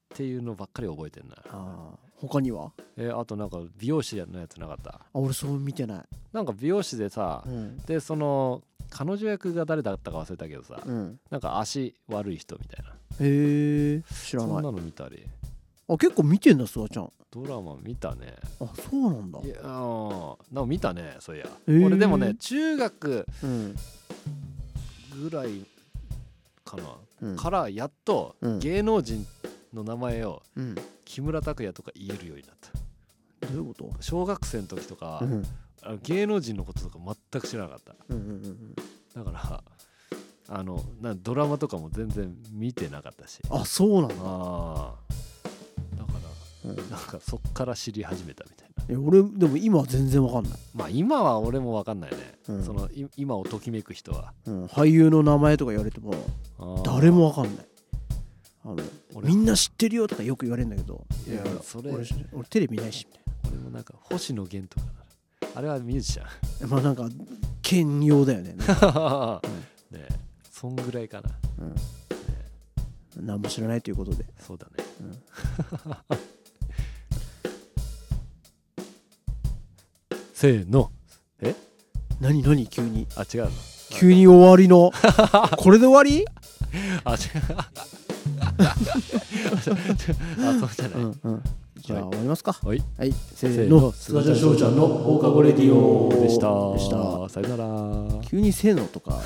Speaker 1: ていうのばっかり覚えてんな
Speaker 2: あー他には
Speaker 1: えあとなんか美容師のやつなかった
Speaker 2: あ俺そう見てない
Speaker 1: なんか美容師でさ、
Speaker 2: うん
Speaker 1: でその彼女役が誰だったか忘れたけどさ、
Speaker 2: うん
Speaker 1: なんか足悪い人みたいな
Speaker 2: へえ知ら
Speaker 1: そんな
Speaker 2: な
Speaker 1: いの見たり
Speaker 2: あ結構見てんだすわちゃんあ
Speaker 1: ドラマ見たね
Speaker 2: そうなんだ
Speaker 1: いやーなんか見たねそういや、
Speaker 2: えー
Speaker 1: 俺でもね中学
Speaker 2: うん
Speaker 1: ぐらいかな、
Speaker 2: うん
Speaker 1: からやっと
Speaker 2: うん
Speaker 1: 芸能人の名前を
Speaker 2: うんど
Speaker 1: 木村拓哉とか言えるようになった
Speaker 2: ういうこと
Speaker 1: 小学生の時とか、
Speaker 2: うん
Speaker 1: あの芸能人のこととか全く知らなかった
Speaker 2: うんうんうん
Speaker 1: だからあのなドラマとかも全然見てなかったし
Speaker 2: あそうなんだ
Speaker 1: あーだから
Speaker 2: うん
Speaker 1: なんかそっから知り始めたみたいな
Speaker 2: え俺でも今は全然わかんない、
Speaker 1: まあ今は俺も分かんないね、
Speaker 2: うん
Speaker 1: そのい今をときめく人は
Speaker 2: うん、俳優の名前とか言われても
Speaker 1: あー
Speaker 2: 誰もわかんないあの
Speaker 1: 俺
Speaker 2: みんな知ってるよとかよく言われるんだけど
Speaker 1: いやそれ
Speaker 2: 俺俺テレビないしみたい
Speaker 1: 俺もなんか星野源とかなあれはミュージシャン
Speaker 2: なまあなんか兼用だ よね、
Speaker 1: ねえそんぐらいかな
Speaker 2: うん、何も知らないということで
Speaker 1: そうだね せーのえ
Speaker 2: 何何急に
Speaker 1: あ違うの
Speaker 2: 急に終わ りのこれで終わり
Speaker 1: あ違うあそうじゃない、
Speaker 2: うんうんじゃ
Speaker 1: は
Speaker 2: あ
Speaker 1: い
Speaker 2: 終わりますか
Speaker 1: はい
Speaker 2: はいせ
Speaker 1: せー
Speaker 2: ー
Speaker 1: の
Speaker 2: の菅田将ちゃんの放課後レディオ
Speaker 1: でした
Speaker 2: でした
Speaker 1: さよなら
Speaker 2: 急にせーのとか